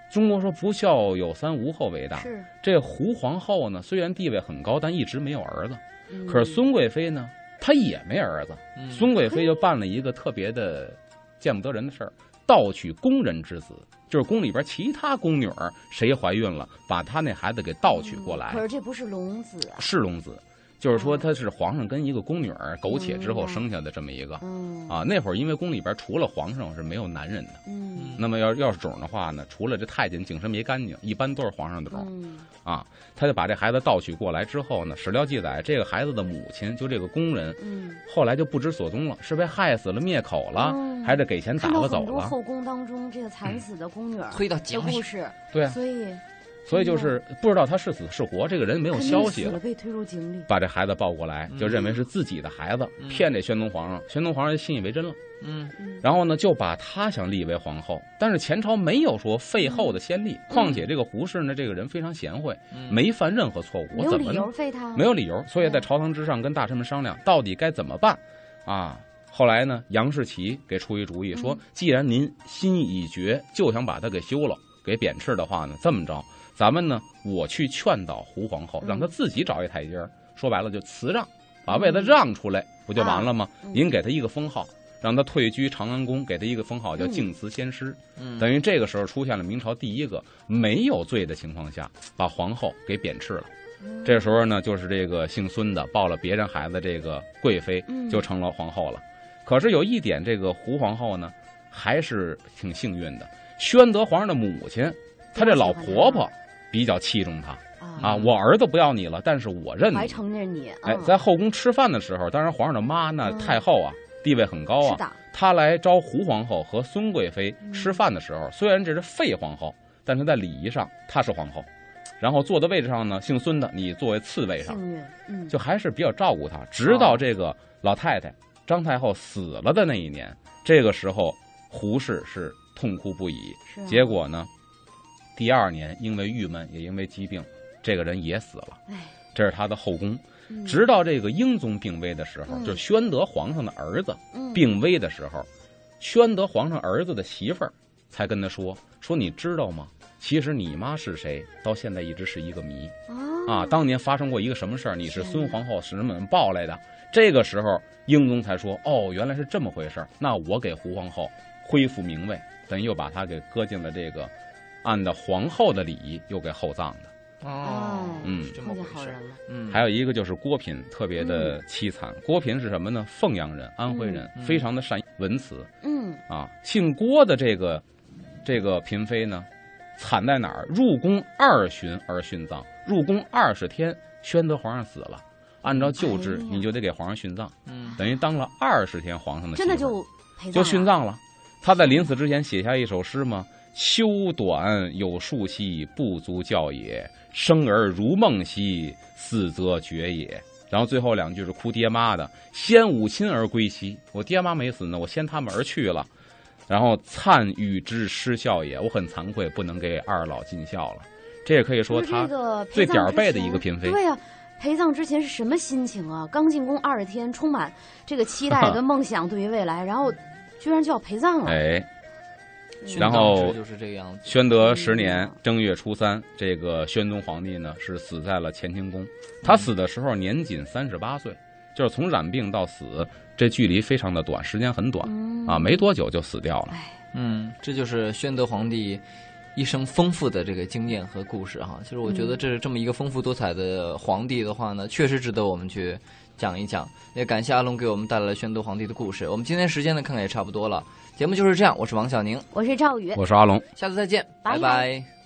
[SPEAKER 3] 中国说不孝有三，无后为大。
[SPEAKER 1] 是，
[SPEAKER 3] 这胡皇后呢，虽然地位很高，但一直没有儿子。
[SPEAKER 1] 嗯
[SPEAKER 3] 可是孙贵妃呢，她也没儿子。
[SPEAKER 2] 嗯
[SPEAKER 3] 孙贵妃就办了一个特别的见不得人的事儿，盗取宫人之子。就是宫里边其他宫女儿谁怀孕了，把她那孩子给盗取过
[SPEAKER 1] 嗯
[SPEAKER 3] 来
[SPEAKER 1] 可，是这不是龙子啊，
[SPEAKER 3] 是龙子，就是说她是皇上跟一个宫女儿苟且之后生下的这么一个。
[SPEAKER 1] 嗯
[SPEAKER 3] 啊，那会儿因为宫里边除了皇上是没有男人的，
[SPEAKER 1] 嗯
[SPEAKER 3] 那么要要是种的话呢，除了这太监净身没干净，一般都是皇上的种
[SPEAKER 1] 嗯
[SPEAKER 3] 啊。他就把这孩子盗取过来之后呢，史料记载，这个孩子的母亲就这个工人，
[SPEAKER 1] 嗯，
[SPEAKER 3] 后来就不知所踪了，是被害死了、灭口了，
[SPEAKER 1] 嗯
[SPEAKER 3] 还是给钱打
[SPEAKER 1] 看到
[SPEAKER 3] 发走
[SPEAKER 1] 很多
[SPEAKER 3] 了？嗯
[SPEAKER 1] 后宫当中这个惨死的宫女儿
[SPEAKER 2] 推到
[SPEAKER 1] 的
[SPEAKER 2] 井
[SPEAKER 1] 故
[SPEAKER 2] 里，
[SPEAKER 1] 事，
[SPEAKER 3] 对啊，
[SPEAKER 1] 所以
[SPEAKER 3] 所以就是不知道他是死是活，这个人没有
[SPEAKER 1] 肯定
[SPEAKER 3] 消息
[SPEAKER 1] 死
[SPEAKER 3] 了
[SPEAKER 1] 了，。被推入井里，
[SPEAKER 3] 把这孩子抱过来，就认为是自己的孩子，
[SPEAKER 2] 嗯
[SPEAKER 3] 骗这宣宗皇上，宣宗皇上就信以为真了。
[SPEAKER 2] 嗯
[SPEAKER 1] 嗯
[SPEAKER 3] 然后呢，就把她想立为皇后，但是前朝没有说废后的先例，
[SPEAKER 1] 嗯
[SPEAKER 3] 况且这个胡适呢，这个人非常贤惠，
[SPEAKER 2] 嗯
[SPEAKER 3] 没犯任何错误，
[SPEAKER 1] 没
[SPEAKER 3] 我
[SPEAKER 1] 有
[SPEAKER 3] 怎
[SPEAKER 1] 理
[SPEAKER 3] 么
[SPEAKER 1] 由
[SPEAKER 3] 能
[SPEAKER 1] 废他，
[SPEAKER 3] 没有理由？所以
[SPEAKER 1] 啊
[SPEAKER 3] 在
[SPEAKER 1] 对
[SPEAKER 3] 朝堂之上跟大臣们商量，到底该怎么办啊？后来呢，杨士奇给出一主意，
[SPEAKER 1] 嗯
[SPEAKER 3] 说既然您心意已决，就想把他给休了，给贬斥的话呢，这么着，咱们呢，我去劝导胡皇后，
[SPEAKER 1] 嗯
[SPEAKER 3] 让她自己找一台阶儿。说白了，就辞让，把位子让出来，不就完了吗？
[SPEAKER 1] 嗯
[SPEAKER 3] 您给他一个封号，让他退居长安宫，给他一个封号叫敬祠先师。
[SPEAKER 2] 嗯
[SPEAKER 3] 等于这个时候出现了明朝第一个没有罪的情况下，把皇后给贬斥了。
[SPEAKER 1] 嗯
[SPEAKER 3] 这时候呢，就是这个姓孙的抱了别人孩子这个贵妃
[SPEAKER 1] 嗯
[SPEAKER 3] 就成了皇后了。可是有一点，这个胡皇后呢，还是挺幸运的。宣德皇上的母亲，她这老婆婆比较器重她
[SPEAKER 1] 啊
[SPEAKER 3] 啊。我儿子不要你了，但是我认你
[SPEAKER 1] 还。承认你，
[SPEAKER 3] 哎，
[SPEAKER 1] 嗯
[SPEAKER 3] 在后宫吃饭的时候，当然皇上的妈那
[SPEAKER 1] 嗯
[SPEAKER 3] 太后啊，地位很高
[SPEAKER 1] 是
[SPEAKER 3] 啊。
[SPEAKER 1] 的，
[SPEAKER 3] 她来招胡皇后和孙贵妃吃饭的时
[SPEAKER 1] 嗯
[SPEAKER 3] 候，虽然这是废皇后，但是在礼仪上她是皇后，然后坐的位置上呢，姓孙的你坐为次位上，
[SPEAKER 1] 幸运，嗯，
[SPEAKER 3] 就还是比较照顾她。直到这个老太太张太后死了的那一年，这个时候胡氏是痛哭不已。
[SPEAKER 1] 是啊
[SPEAKER 3] 结果呢，第二年因为郁闷，也因为疾病，这个人也死了。
[SPEAKER 1] 哎
[SPEAKER 3] 这是她的后宫。
[SPEAKER 1] 嗯
[SPEAKER 3] 直到这个英宗病危的时候，
[SPEAKER 1] 嗯
[SPEAKER 3] 就是宣德皇上的儿子
[SPEAKER 1] 嗯
[SPEAKER 3] 病危的时候，宣德皇上儿子的媳妇儿才跟他说：“说你知道吗？其实你妈是谁，到现在一直是一个谜啊！当年发生过一个什么事儿？你是孙皇后是怎么抱来的？”这个时候，英宗才说：“哦，原来是这么回事儿。那我给胡皇后恢复名位，等于又把她给搁进了这个，按照皇后的礼仪又给厚葬的。”
[SPEAKER 2] 哦，
[SPEAKER 3] 嗯
[SPEAKER 2] 是这么
[SPEAKER 1] 碰见
[SPEAKER 2] 回
[SPEAKER 1] 好
[SPEAKER 2] 事
[SPEAKER 1] 人
[SPEAKER 2] 儿，
[SPEAKER 1] 了，
[SPEAKER 2] 嗯，
[SPEAKER 3] 还有一个就是郭频，特别的凄惨。郭频是什么呢？凤阳人，安徽人，
[SPEAKER 2] 嗯
[SPEAKER 3] 非常的善文辞
[SPEAKER 1] 嗯
[SPEAKER 3] 啊。姓郭的这个这个嫔妃呢，惨在哪儿？入宫二旬而殉葬，入宫二十天，宣德皇上死了。按照旧制
[SPEAKER 1] 哎，呀
[SPEAKER 3] 你就得给皇上殉葬，
[SPEAKER 2] 嗯
[SPEAKER 3] 等于当了二十天皇上的媳
[SPEAKER 1] 真
[SPEAKER 3] 妇儿，
[SPEAKER 1] 的就陪葬
[SPEAKER 3] 就殉
[SPEAKER 1] 了
[SPEAKER 3] 葬了。他在临死之前写下一首诗吗？修短有数兮，不足教也；生儿如梦兮，死则绝也。然后最后两句是哭爹妈的：先吾亲而归兮，我爹妈没死呢，我先他们而去了。然后灿与之失孝也，我很惭愧，不能给二老尽孝了。这也可以说
[SPEAKER 1] 就是
[SPEAKER 3] 他
[SPEAKER 1] 这个陪
[SPEAKER 3] 最
[SPEAKER 1] 葬
[SPEAKER 3] 点儿
[SPEAKER 1] 之
[SPEAKER 3] 背的一
[SPEAKER 1] 前
[SPEAKER 3] 个嫔妃
[SPEAKER 1] 对呀、陪葬之前是什么心情啊？刚进宫二十天，充满这个期 待跟梦想对于未来，然后居然就要陪葬了。
[SPEAKER 3] 哎，
[SPEAKER 2] 殉
[SPEAKER 3] 然
[SPEAKER 2] 葬
[SPEAKER 3] 后
[SPEAKER 2] 制就是这个样子，
[SPEAKER 3] 宣德十年正月初三，这个宣宗皇帝呢是死在了乾清宫。他死的时候年仅三十八岁，就是从染病到死，这距离非常的短，时间很短
[SPEAKER 1] 嗯
[SPEAKER 3] 啊，没多久就死掉了。
[SPEAKER 2] 嗯，这就是宣德皇帝一生丰富的这个经验
[SPEAKER 1] 嗯
[SPEAKER 2] 和故事哈。其实我觉得这是这么一个丰富多彩的皇帝的话呢，确实值得我们去讲一讲。也感谢阿龙给我们带来了宣都皇帝的故事。我们今天时间呢，看看也差不多了。节目就是这样，我是王小宁，
[SPEAKER 1] 我是赵宇，
[SPEAKER 3] 我是阿龙。
[SPEAKER 2] 下次再见，
[SPEAKER 1] 拜
[SPEAKER 2] 拜拜